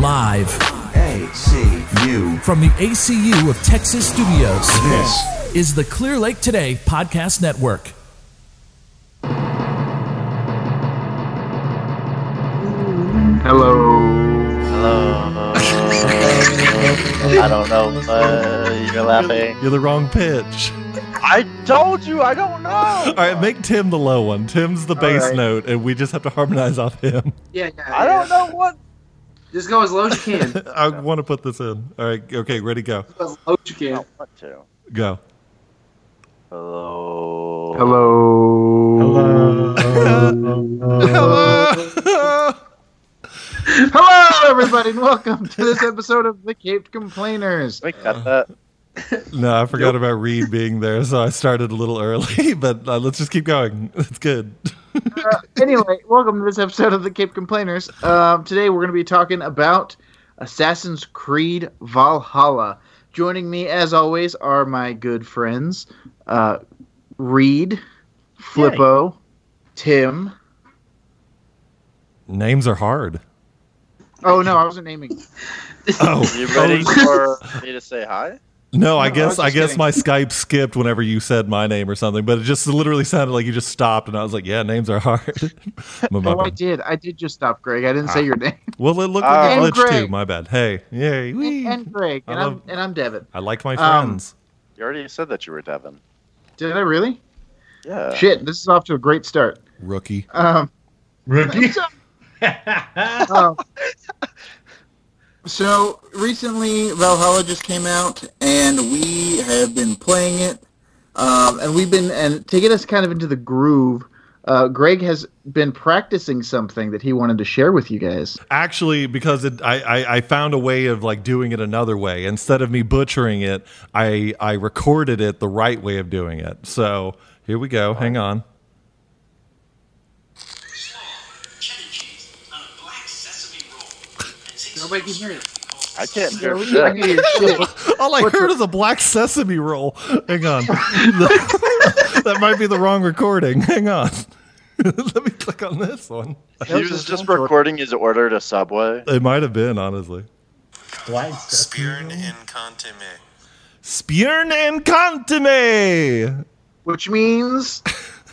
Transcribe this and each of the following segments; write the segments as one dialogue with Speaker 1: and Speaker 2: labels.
Speaker 1: Live
Speaker 2: ACU.
Speaker 1: from the ACU of Texas Studios
Speaker 2: This
Speaker 1: is the Clear Lake Today Podcast Network.
Speaker 3: Hello.
Speaker 4: Hello. I don't know. Uh, you're laughing.
Speaker 5: You're the wrong pitch.
Speaker 4: I told you. I don't know.
Speaker 5: All right, make Tim the low one. Tim's the bass
Speaker 3: right.
Speaker 5: note, and we just have to harmonize off him.
Speaker 3: Yeah, yeah.
Speaker 4: I don't know what.
Speaker 3: Just go as low as you can. Go
Speaker 5: I want to put this in. All right, okay, ready, go,
Speaker 3: as low as you
Speaker 4: I
Speaker 3: can.
Speaker 4: don't want to.
Speaker 5: go.
Speaker 4: Hello.
Speaker 3: Hello.
Speaker 5: Hello.
Speaker 6: Hello, everybody, and welcome to this episode of The Caped Complainers.
Speaker 4: We got that.
Speaker 5: no, I forgot about Reed being there, so I started a little early. But uh, let's just keep going. It's good.
Speaker 6: Uh, anyway, welcome to this episode of The Caped Complainers. Um, today, we're going to be talking about Assassin's Creed Valhalla. Joining me, as always, are my good friends uh, Reed, Flippo, Tim.
Speaker 5: Names are hard.
Speaker 6: Oh, no, I wasn't naming.
Speaker 5: Oh,
Speaker 4: You ready for me to say hi?
Speaker 6: No,
Speaker 5: No, I
Speaker 6: I
Speaker 5: guess
Speaker 6: was
Speaker 5: I,
Speaker 6: just
Speaker 5: guess
Speaker 6: kidding.
Speaker 5: my Skype skipped whenever you said my name or something, but it just literally sounded like you just stopped, and I was like, "Yeah, names are hard." My- my
Speaker 6: Oh, I
Speaker 5: bad.
Speaker 6: did. I did just stop, Greg. I
Speaker 5: Ah.
Speaker 6: didn't say your name.
Speaker 5: well, it looked
Speaker 4: Ah.
Speaker 5: like a
Speaker 6: And
Speaker 5: glitch too.
Speaker 6: Greg.
Speaker 5: My bad. Hey, yay, wee.
Speaker 6: And Greg, and
Speaker 5: I
Speaker 6: I'm,
Speaker 5: love-
Speaker 6: and I'm Devin.
Speaker 5: I liked
Speaker 6: Um,
Speaker 5: my friends.
Speaker 4: You already said that you were Devin.
Speaker 6: Did I really?
Speaker 4: Yeah.
Speaker 6: Shit, this is off to a great start.
Speaker 5: Rookie.
Speaker 6: Um,
Speaker 7: Rookie.
Speaker 6: Um, so recently, Valhalla just came out, and we have been playing it. Um, and we've been and to get us kind of into the groove. Uh, Greg has been practicing something that he wanted to share with you guys.
Speaker 5: Actually, because it, I, I I found a way of like doing it another way instead of me butchering it. I I recorded it the right way of doing it. So here we go. Hang on.
Speaker 3: Nobody can hear it.
Speaker 4: I can't hear
Speaker 6: I
Speaker 4: shit.
Speaker 6: can hear shit.
Speaker 5: All I heard is a black sesame roll. Hang on. that might be the wrong recording. Hang on. Let me click on this one.
Speaker 4: He was just recording his order to Subway.
Speaker 5: It might have been, honestly.
Speaker 8: Spearn and Contime.
Speaker 5: Spiern and Contime.
Speaker 6: Which means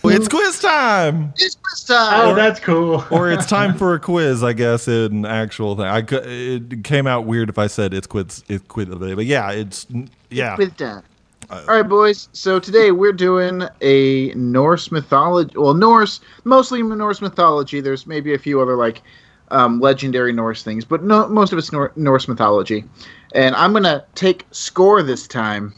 Speaker 5: It's quiz time.
Speaker 6: it's quiz time.
Speaker 7: Oh, that's cool.
Speaker 5: Or it's time for a quiz, I guess, in actual thing. I cou- it came out weird if I said it's quiz it's quiz but yeah, it's yeah.
Speaker 6: Quiz time. All right, boys. So today we're doing a Norse mythology. Well, Norse, mostly Norse mythology. There's maybe a few other like um, legendary Norse things, but no, most of it's Nor- Norse mythology. And I'm gonna take score this time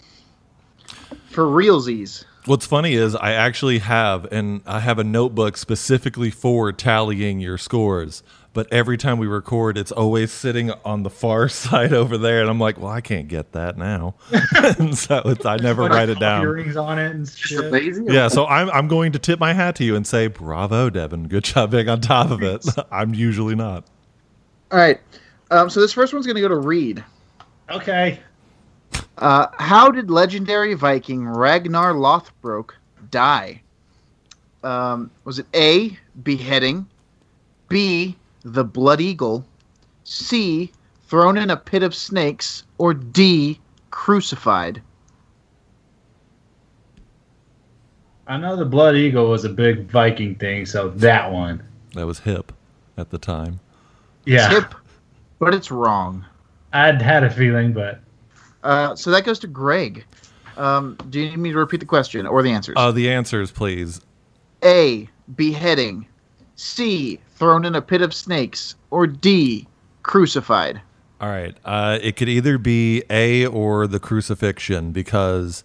Speaker 6: for realsies.
Speaker 5: What's funny is I actually have and I have a notebook specifically for tallying your scores. But every time we record, it's always sitting on the far side over there, and I'm like, "Well, I can't get that now," and so it's, I never write it down.
Speaker 7: Earrings on it and
Speaker 3: Just
Speaker 7: shit.
Speaker 3: amazing.
Speaker 5: Yeah, so I'm I'm going to tip my hat to you and say, "Bravo, Devin, good job being on top of it." I'm usually not.
Speaker 6: All right. Um, so this first one's gonna go to Reed.
Speaker 7: Okay.
Speaker 6: Uh, how did legendary Viking Ragnar Lothbrok die? Um, was it A, beheading, B, the Blood Eagle, C, thrown in a pit of snakes, or D, crucified?
Speaker 7: I know the Blood Eagle was a big Viking thing, so that one.
Speaker 5: That was hip at the time.
Speaker 7: Yeah.
Speaker 6: Tip, but it's wrong.
Speaker 7: I'd had a feeling, but
Speaker 6: Uh, so that goes to Greg. Um, do you need me to repeat the question or the answers?
Speaker 5: Uh, the answers, please.
Speaker 6: A, beheading, C, thrown in a pit of snakes, or D, crucified?
Speaker 5: All right. Uh, it could either be A or the crucifixion because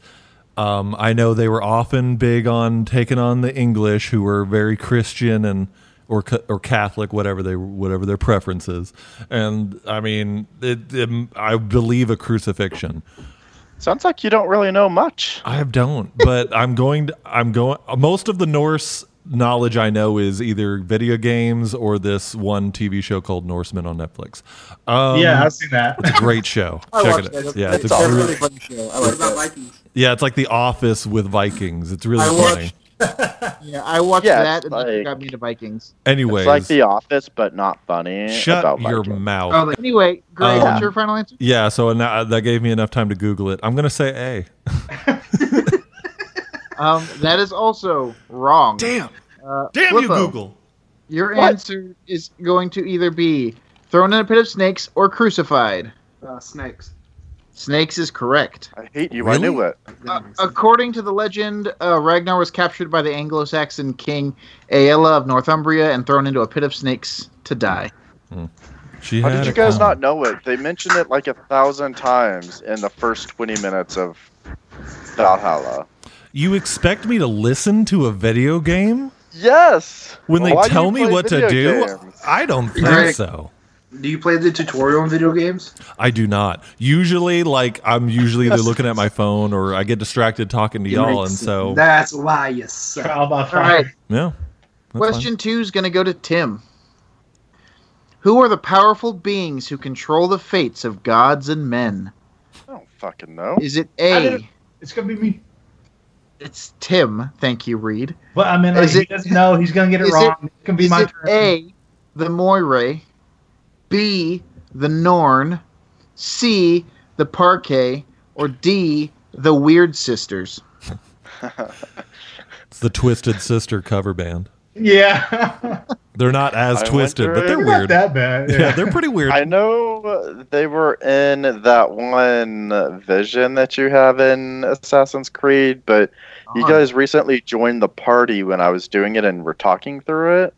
Speaker 5: um, I know they were often big on taking on the English, who were very Christian and or ca- or Catholic, whatever they whatever their preferences. And I mean, it, it, I believe a crucifixion.
Speaker 4: Sounds like you don't really know much.
Speaker 5: I don't, but I'm going to. I'm going. Most of the Norse knowledge I know is either video games or this one TV show called Norsemen on Netflix. Um,
Speaker 7: yeah, I've seen that.
Speaker 5: It's a great show.
Speaker 6: I
Speaker 5: Check
Speaker 6: watched
Speaker 5: it
Speaker 6: that.
Speaker 5: out.
Speaker 6: It's-
Speaker 5: Yeah, it's,
Speaker 6: it's
Speaker 5: a
Speaker 6: a
Speaker 5: gr-
Speaker 6: really funny show. I like that.
Speaker 5: yeah, it's like The Office with Vikings. It's really
Speaker 6: I
Speaker 5: funny.
Speaker 6: watched Yeah, I watched
Speaker 4: Yeah,
Speaker 6: that
Speaker 4: it's
Speaker 6: and that
Speaker 4: like-
Speaker 6: got me into Vikings.
Speaker 5: Anyways,
Speaker 4: It's like The Office, but not funny.
Speaker 5: shut
Speaker 4: about
Speaker 5: your
Speaker 4: Vikings.
Speaker 5: mouth.
Speaker 3: Oh, like,
Speaker 6: Anyway, Gray,
Speaker 5: Um,
Speaker 6: what's your final answer?
Speaker 5: yeah, so now, uh, that gave me enough time to Google it. I'm gonna say A.
Speaker 6: Um, that is also wrong. Uh, Flippo, Your
Speaker 4: What?
Speaker 6: answer is going to either be thrown in a pit of snakes or crucified.
Speaker 3: uh, snakes.
Speaker 6: Snakes is correct.
Speaker 4: I hate you. I
Speaker 5: Really?
Speaker 4: knew it.
Speaker 6: Uh, according to the legend, uh, Ragnar was captured by the Anglo-Saxon king Aella of Northumbria and thrown into a pit of snakes to die.
Speaker 5: She
Speaker 4: How
Speaker 5: had
Speaker 4: did
Speaker 5: a
Speaker 4: you guys
Speaker 5: comment.
Speaker 4: not know it? They mentioned it like a thousand times in the first 20 minutes of Valhalla.
Speaker 5: You expect me to listen to a video game
Speaker 4: Yes!
Speaker 5: when they
Speaker 4: Why do you
Speaker 5: tell me
Speaker 4: play
Speaker 5: what to do?
Speaker 4: video games?
Speaker 5: I don't think
Speaker 3: Right.
Speaker 5: so.
Speaker 3: Do you play the tutorial in video games?
Speaker 5: I do not. Usually, like I'm usually either looking at my phone or I get distracted talking to y'all, and so
Speaker 3: That's why you suck.
Speaker 7: Trial by
Speaker 6: All
Speaker 7: fire.
Speaker 6: right.
Speaker 5: yeah. that's
Speaker 6: Question two is going to go to Tim. Who are the powerful beings who control the fates of gods and men?
Speaker 4: I don't fucking know.
Speaker 6: Is it
Speaker 7: I
Speaker 6: A?
Speaker 7: didn't- It's gonna be me.
Speaker 6: It's Tim. Thank you, Reed.
Speaker 7: But I mean, like,
Speaker 6: Is
Speaker 7: he
Speaker 6: it-
Speaker 7: doesn't know. He's gonna get it
Speaker 6: is it-
Speaker 7: wrong. it's gonna be
Speaker 6: Is
Speaker 7: my
Speaker 6: it
Speaker 7: turn.
Speaker 6: A, the Moirae? B, the Norn? C, the Parquet? Or D, the Weird Sisters?
Speaker 5: fine. It's the Twisted Sister cover band.
Speaker 7: Yeah.
Speaker 5: They're not as
Speaker 4: I
Speaker 5: twisted,
Speaker 4: wonder
Speaker 5: but they're
Speaker 4: if-
Speaker 7: Not
Speaker 5: weird.
Speaker 7: that bad.
Speaker 5: yeah. they're pretty weird.
Speaker 4: I know uh, they were in that one vision that you have in Assassin's Creed, but you
Speaker 6: Norn.
Speaker 4: guys recently joined the party when I was doing it and we're talking through it.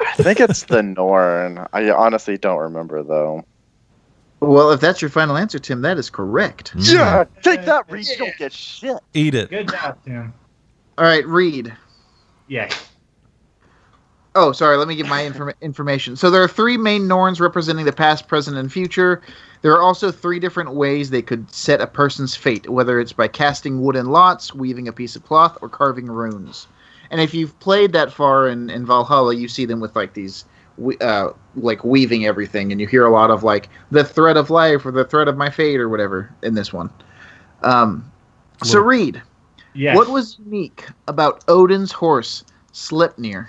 Speaker 4: I think it's the Norn. I honestly don't remember though.
Speaker 6: Well, if that's your final answer, Tim, that is correct.
Speaker 5: Mm.
Speaker 4: take that, Reed. You don't get shit.
Speaker 5: Eat it.
Speaker 7: Good job, Tim.
Speaker 6: All right, Reed.
Speaker 7: Yeah.
Speaker 6: Oh, sorry. Let me give my inform- information. So there are three main Norns representing the past, present, and future. There are also three different ways they could set a person's fate, whether it's by casting wooden lots, weaving a piece of cloth, or carving runes. And if you've played that far in, in Valhalla, you see them with like these, we- uh, like weaving everything, and you hear a lot of like the thread of life or the thread of my fate or whatever in this one. Um, so
Speaker 5: Well-
Speaker 6: Reed,
Speaker 7: Yeah.
Speaker 6: what was unique about Odin's horse Sleipnir?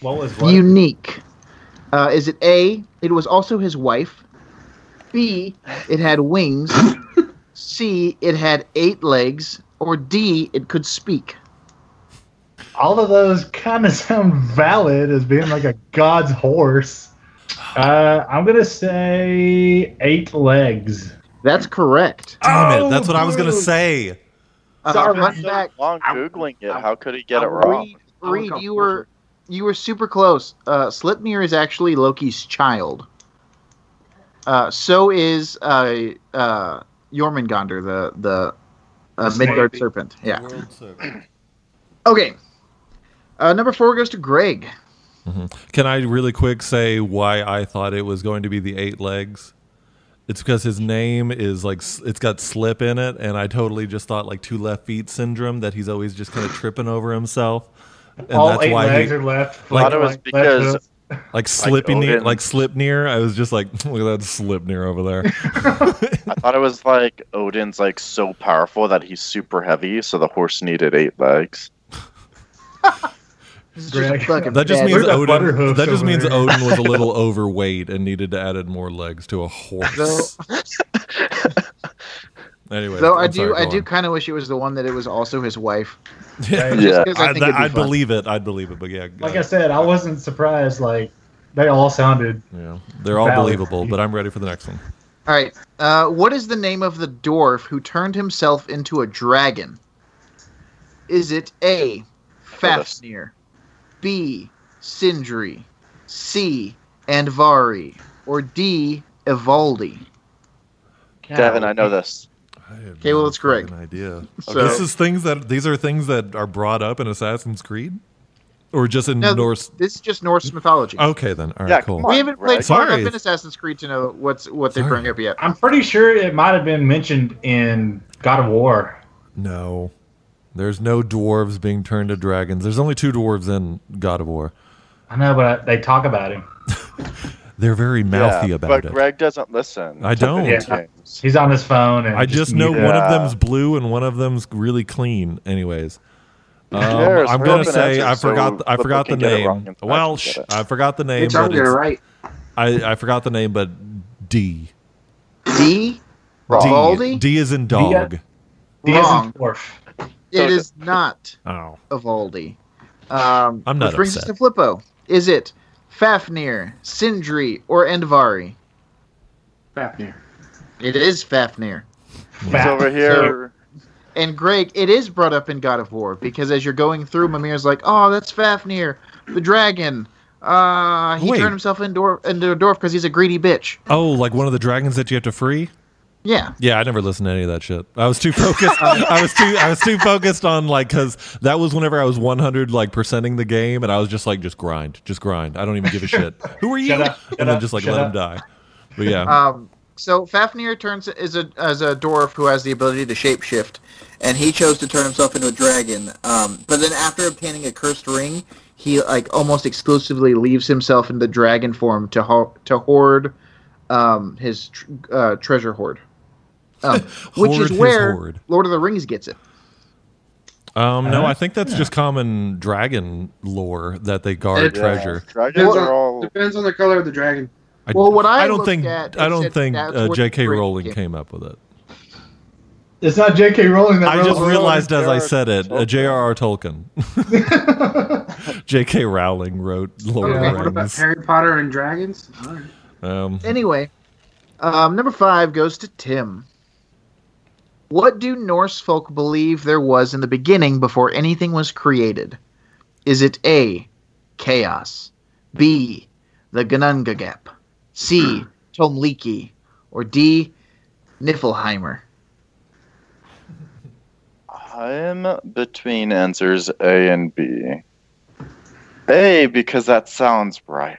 Speaker 7: What was what?
Speaker 6: unique. Uh, is it A, it was also his wife? B, it had wings? C, it had eight legs? Or D, it could speak?
Speaker 7: All of those kind of sound valid as being like a god's horse. Uh, I'm gonna say eight legs.
Speaker 6: That's correct.
Speaker 5: Damn it.
Speaker 7: Oh,
Speaker 5: That's what I was gonna
Speaker 7: dude.
Speaker 5: say.
Speaker 6: Uh,
Speaker 7: Sorry,
Speaker 6: fun
Speaker 7: so-
Speaker 6: fact,
Speaker 4: Long
Speaker 3: I-
Speaker 4: googling it.
Speaker 3: I-
Speaker 4: How could he get
Speaker 3: I
Speaker 4: it
Speaker 3: would-
Speaker 4: wrong?
Speaker 6: Reed,
Speaker 3: I would
Speaker 6: Reed
Speaker 3: go
Speaker 6: you
Speaker 3: for
Speaker 6: were you were super close. Uh, Slipnir is actually Loki's child. Uh, so is uh, uh, Jormungandr, the the uh,
Speaker 3: The
Speaker 6: Midgard
Speaker 3: snake.
Speaker 6: serpent. Yeah. Okay. Uh, number four goes to Greg.
Speaker 5: Can I really quick say why I thought it was going to be the eight legs? It's because his name is like s- it's got slip in it, and I totally just thought like two left feet syndrome that he's always just kind of tripping over himself, and
Speaker 7: All
Speaker 5: that's
Speaker 7: eight
Speaker 5: why
Speaker 7: legs
Speaker 5: he
Speaker 7: are oh, left.
Speaker 5: Like-
Speaker 7: left,
Speaker 4: Thought it was
Speaker 7: left,
Speaker 4: because-
Speaker 7: left.
Speaker 5: like slipping like,
Speaker 4: Odin.
Speaker 5: like slip near. I was just like, look at that slip near over there.
Speaker 4: I thought it was like Odin's like so powerful that he's super heavy, so the horse needed eight legs.
Speaker 6: This is
Speaker 7: Greg.
Speaker 6: just a fucking
Speaker 5: That just
Speaker 6: bad-
Speaker 5: means
Speaker 7: Where's that butter
Speaker 5: Odin.
Speaker 7: hoof
Speaker 5: That just
Speaker 7: over
Speaker 5: means
Speaker 7: there?
Speaker 5: Odin was a little overweight and needed to added more legs to a horse. anyway,
Speaker 6: Though I
Speaker 5: I'm
Speaker 6: do,
Speaker 5: sorry,
Speaker 6: I
Speaker 5: go
Speaker 6: do
Speaker 5: on.
Speaker 6: kind of wish it was the one that it was also his wife.
Speaker 5: Yeah,
Speaker 6: Just
Speaker 4: Yeah.
Speaker 6: 'cause I
Speaker 5: Uh, I,
Speaker 6: think it'd be
Speaker 5: would
Speaker 6: fun.
Speaker 5: believe it. I'd believe it. But yeah,
Speaker 7: Like
Speaker 5: uh,
Speaker 7: I said, I wasn't surprised. Like they all sounded.
Speaker 5: Yeah, they're all
Speaker 7: Valid.
Speaker 5: believable, but I'm ready for the next one.
Speaker 6: All right. Uh, what is the name of the dwarf who turned himself into a dragon? Is it A. Fafnir, B. Sindri, C. Andvari, or D. Evaldi?
Speaker 4: Devin, I know this.
Speaker 6: Okay, well, it's Greg.
Speaker 5: An idea.
Speaker 6: So-
Speaker 5: This is things that these are things that are brought up in Assassin's Creed, or just in
Speaker 6: No,
Speaker 5: Norse.
Speaker 6: This is just Norse mythology.
Speaker 5: Okay, then. All right,
Speaker 4: Yeah, come
Speaker 5: cool.
Speaker 4: on.
Speaker 6: we haven't played
Speaker 4: Right.
Speaker 6: far enough
Speaker 5: Oh, Sorry.
Speaker 6: in Assassin's Creed to know what's what they
Speaker 5: Sorry.
Speaker 6: bring up yet.
Speaker 7: I'm pretty sure it might have been mentioned in God of War.
Speaker 5: No, there's no dwarves being turned to dragons. There's only two dwarves in God of War.
Speaker 7: I know, but they talk about him.
Speaker 5: They're very mouthy
Speaker 4: Yeah,
Speaker 5: about
Speaker 4: but
Speaker 5: it.
Speaker 4: Greg doesn't listen.
Speaker 5: I
Speaker 4: to video
Speaker 7: don't. Yeah.
Speaker 4: games.
Speaker 7: He's on his phone, and
Speaker 5: I just know
Speaker 7: muted.
Speaker 5: one of
Speaker 4: Yeah.
Speaker 5: them's blue and one of them's really clean. Anyways, Um,
Speaker 4: There's
Speaker 5: I'm gonna
Speaker 4: relevant
Speaker 5: say
Speaker 4: answers,
Speaker 5: I forgot.
Speaker 4: so
Speaker 5: I
Speaker 4: people
Speaker 5: forgot the
Speaker 4: can get it wrong
Speaker 5: name.
Speaker 4: and
Speaker 5: Well,
Speaker 4: get
Speaker 5: sh-
Speaker 4: it.
Speaker 5: I forgot the name.
Speaker 3: It's all
Speaker 5: But
Speaker 3: good,
Speaker 5: it's,
Speaker 3: right?
Speaker 5: I, I forgot the name, but D.
Speaker 6: D.
Speaker 5: D.
Speaker 6: Vivaldi?
Speaker 5: D is in dog.
Speaker 7: D is
Speaker 6: Wrong.
Speaker 7: in dwarf.
Speaker 6: It is not
Speaker 5: Oh,
Speaker 6: Vivaldi. Um,
Speaker 5: I'm not
Speaker 6: which brings
Speaker 5: upset.
Speaker 6: us to Flippo. Is it Fafnir, Sindri, or Endvari?
Speaker 3: Fafnir.
Speaker 6: It is Fafnir.
Speaker 4: It's
Speaker 7: Fat.
Speaker 4: over here.
Speaker 6: And Greg, it is brought up in God of War because as you're going through, Mimir's like, "Oh, that's Fafnir, the dragon. Uh, he
Speaker 5: Wait.
Speaker 6: turned himself into into a dwarf because he's a greedy bitch."
Speaker 5: oh, like one of the dragons that you have to free.
Speaker 6: Yeah,
Speaker 5: Yeah, I never listened to any of that shit. I was too focused. I was too. I was too focused on like because that was whenever I was one hundred like percenting the game, and I was just like, just grind, just grind. I don't even give a shit. Who are you?
Speaker 7: Shut up, shut
Speaker 5: and then
Speaker 7: up,
Speaker 5: just like
Speaker 7: shut
Speaker 5: let him
Speaker 7: up.
Speaker 5: die. But yeah,
Speaker 6: Um, so Fafnir turns is a as a dwarf who has the ability to shapeshift, and he chose to turn himself into a dragon. Um, but then after obtaining a cursed ring, he like almost exclusively leaves himself in the dragon form to ho- to hoard um, his tr- uh, treasure hoard, um, which
Speaker 5: Hoard
Speaker 6: is
Speaker 5: his
Speaker 6: where
Speaker 5: hoard.
Speaker 6: Lord of the Rings gets it.
Speaker 5: um, no, I think that's just common dragon lore that they guard
Speaker 3: It-
Speaker 5: treasure.
Speaker 4: Dragons
Speaker 3: Well,
Speaker 4: are all.
Speaker 3: Depends on the color of the dragon.
Speaker 5: I,
Speaker 6: Well, what I
Speaker 5: don't
Speaker 6: looked
Speaker 5: think
Speaker 6: at,
Speaker 5: I
Speaker 6: it
Speaker 5: don't
Speaker 6: said
Speaker 5: think
Speaker 6: that's
Speaker 5: uh,
Speaker 6: where
Speaker 5: J.K.
Speaker 6: the ring
Speaker 5: Rowling
Speaker 6: came-
Speaker 5: came up with it.
Speaker 7: It's not J.K. Rowling that
Speaker 5: I
Speaker 7: wrote
Speaker 5: just
Speaker 7: Lord of the
Speaker 5: realized as I said it, uh,
Speaker 4: Tolkien.
Speaker 5: J.R.R. Tolkien, J.K. Rowling wrote Lord
Speaker 3: Okay,
Speaker 5: of
Speaker 3: what
Speaker 5: the
Speaker 3: about
Speaker 5: Rings.
Speaker 3: Harry Potter and dragons? All right.
Speaker 5: Um,
Speaker 6: Anyway, um, number five goes to Tim. What do Norse folk believe there was in the beginning before anything was created? Is it A, chaos, B, the Gnungagap, C, Tomliki, or D, Niflheimer?
Speaker 4: I'm between answers A and B. A because that sounds right.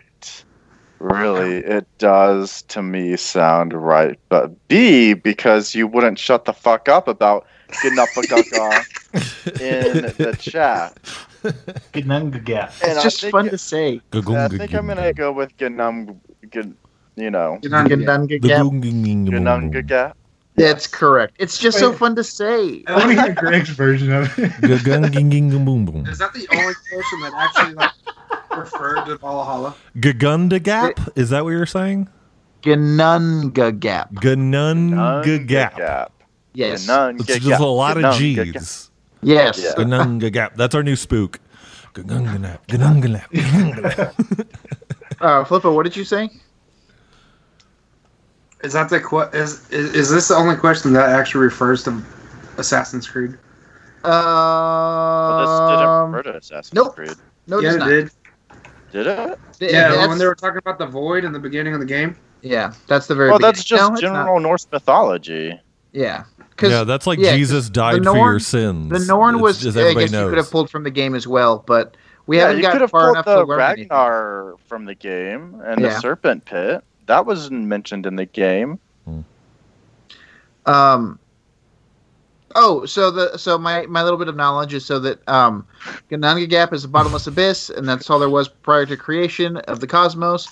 Speaker 4: Really, it does to me sound right. But B because you wouldn't shut the fuck up about getting up a gucka in the chat.
Speaker 7: Gnungagap.
Speaker 4: And
Speaker 6: It's just
Speaker 4: I think,
Speaker 6: fun to say.
Speaker 4: I think I'm gonna go with Gnum, Gn- you know,
Speaker 3: Gnungagap.
Speaker 6: Gnungagap.
Speaker 4: Gnumgaga.
Speaker 6: That's correct. It's just so
Speaker 7: Wait.
Speaker 6: fun to say.
Speaker 7: I want to hear Greg's version of it.
Speaker 3: Is that the only person that actually like referred to Valhalla?
Speaker 5: Gagunda Gap? Is that what you're saying?
Speaker 6: Gnungagap.
Speaker 5: Ganunga Gap.
Speaker 4: Gap.
Speaker 6: Yes.
Speaker 4: Gnungagap.
Speaker 5: It's just a lot of
Speaker 4: Gnungagap.
Speaker 5: G's.
Speaker 6: Yes.
Speaker 4: Yeah.
Speaker 5: Ganunga Gap. That's our new spook. Ganunga Gap. Ganunga Gap. Ganunga Gap.
Speaker 6: Uh, Flippo, what did you say?
Speaker 3: Is that the que- is, is is this the only question that actually refers to Assassin's Creed?
Speaker 4: Well,
Speaker 6: Um,
Speaker 4: Oh, this didn't refer to Assassin's
Speaker 6: nope.
Speaker 4: Creed,
Speaker 6: no, it
Speaker 3: yeah,
Speaker 6: does
Speaker 3: it
Speaker 6: not.
Speaker 3: did.
Speaker 4: did it?
Speaker 6: Th-
Speaker 3: Yeah,
Speaker 6: that's-
Speaker 3: when they were talking about the void in the beginning of the game.
Speaker 6: yeah, that's the very.
Speaker 4: Well, that's
Speaker 6: beginning.
Speaker 4: just
Speaker 6: No, it's not.
Speaker 4: general Norse mythology.
Speaker 6: Yeah, because
Speaker 5: Yeah, that's like
Speaker 6: yeah, 'cause
Speaker 5: Jesus died
Speaker 6: the
Speaker 5: for your
Speaker 6: Norn-
Speaker 5: sins.
Speaker 6: the Norn
Speaker 5: It's-
Speaker 6: was.
Speaker 5: as
Speaker 6: I
Speaker 5: everybody
Speaker 6: guess you could
Speaker 5: knows.
Speaker 6: have pulled from the game as well, but we
Speaker 4: yeah,
Speaker 6: haven't
Speaker 4: you could
Speaker 6: gotten
Speaker 4: have
Speaker 6: far
Speaker 4: pulled
Speaker 6: enough
Speaker 4: the
Speaker 6: to learn anything.
Speaker 4: Ragnar from the game and
Speaker 6: Yeah.
Speaker 4: the Serpent Pit. That wasn't mentioned in the game.
Speaker 6: Um. Oh, so the so my my little bit of knowledge is so that um, Gananga Gap is the bottomless abyss, and that's all there was prior to creation of the cosmos,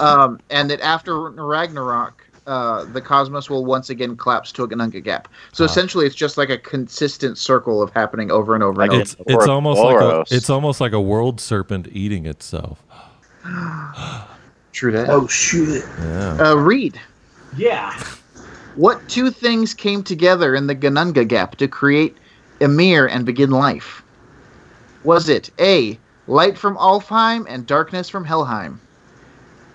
Speaker 6: um, and that after Ragnarok, uh, the cosmos will once again collapse to a Gananga Gap. So essentially, it's just like a consistent circle of happening over and over and
Speaker 4: Like
Speaker 6: over.
Speaker 5: It's,
Speaker 4: Or
Speaker 5: it's almost like a,
Speaker 4: Boros.
Speaker 5: it's almost like a world serpent eating itself.
Speaker 6: True that.
Speaker 3: Oh shit!
Speaker 5: Yeah.
Speaker 6: Uh, Reed,
Speaker 7: Yeah.
Speaker 6: what two things came together in the Ganunga Gap to create Emir and begin life? Was it A, light from Alfheim and darkness from Helheim?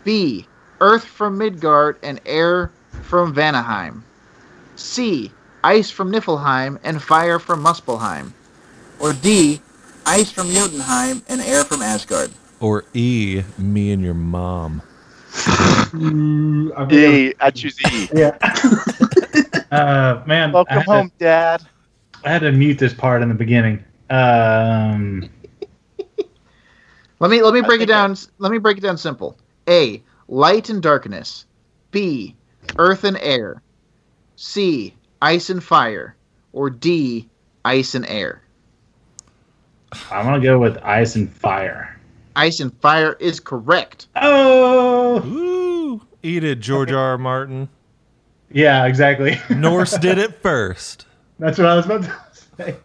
Speaker 6: B, earth from Midgard and air from Vanaheim? C, ice from Niflheim and fire from Muspelheim? Or D, ice from Jotunheim and air from Asgard?
Speaker 5: Or E, me and your mom.
Speaker 7: Ooh, I'm gonna-
Speaker 4: E, I choose E.
Speaker 7: Yeah. uh, man, I
Speaker 4: Welcome
Speaker 7: had,
Speaker 4: home, Dad.
Speaker 7: To, I had to mute this part in the beginning. Um,
Speaker 6: Let me let me
Speaker 4: I
Speaker 6: break it
Speaker 4: think I-
Speaker 6: down. Let me break it down simple. A. Light and darkness. B. Earth and air. C. Ice and fire. Or D. Ice and air.
Speaker 7: I'm gonna go with ice and fire.
Speaker 6: Ice and fire is correct.
Speaker 7: Oh,
Speaker 5: Ooh, eat it, George R. R. Martin.
Speaker 7: yeah, exactly.
Speaker 5: Norse did it first.
Speaker 7: That's what I was about to say.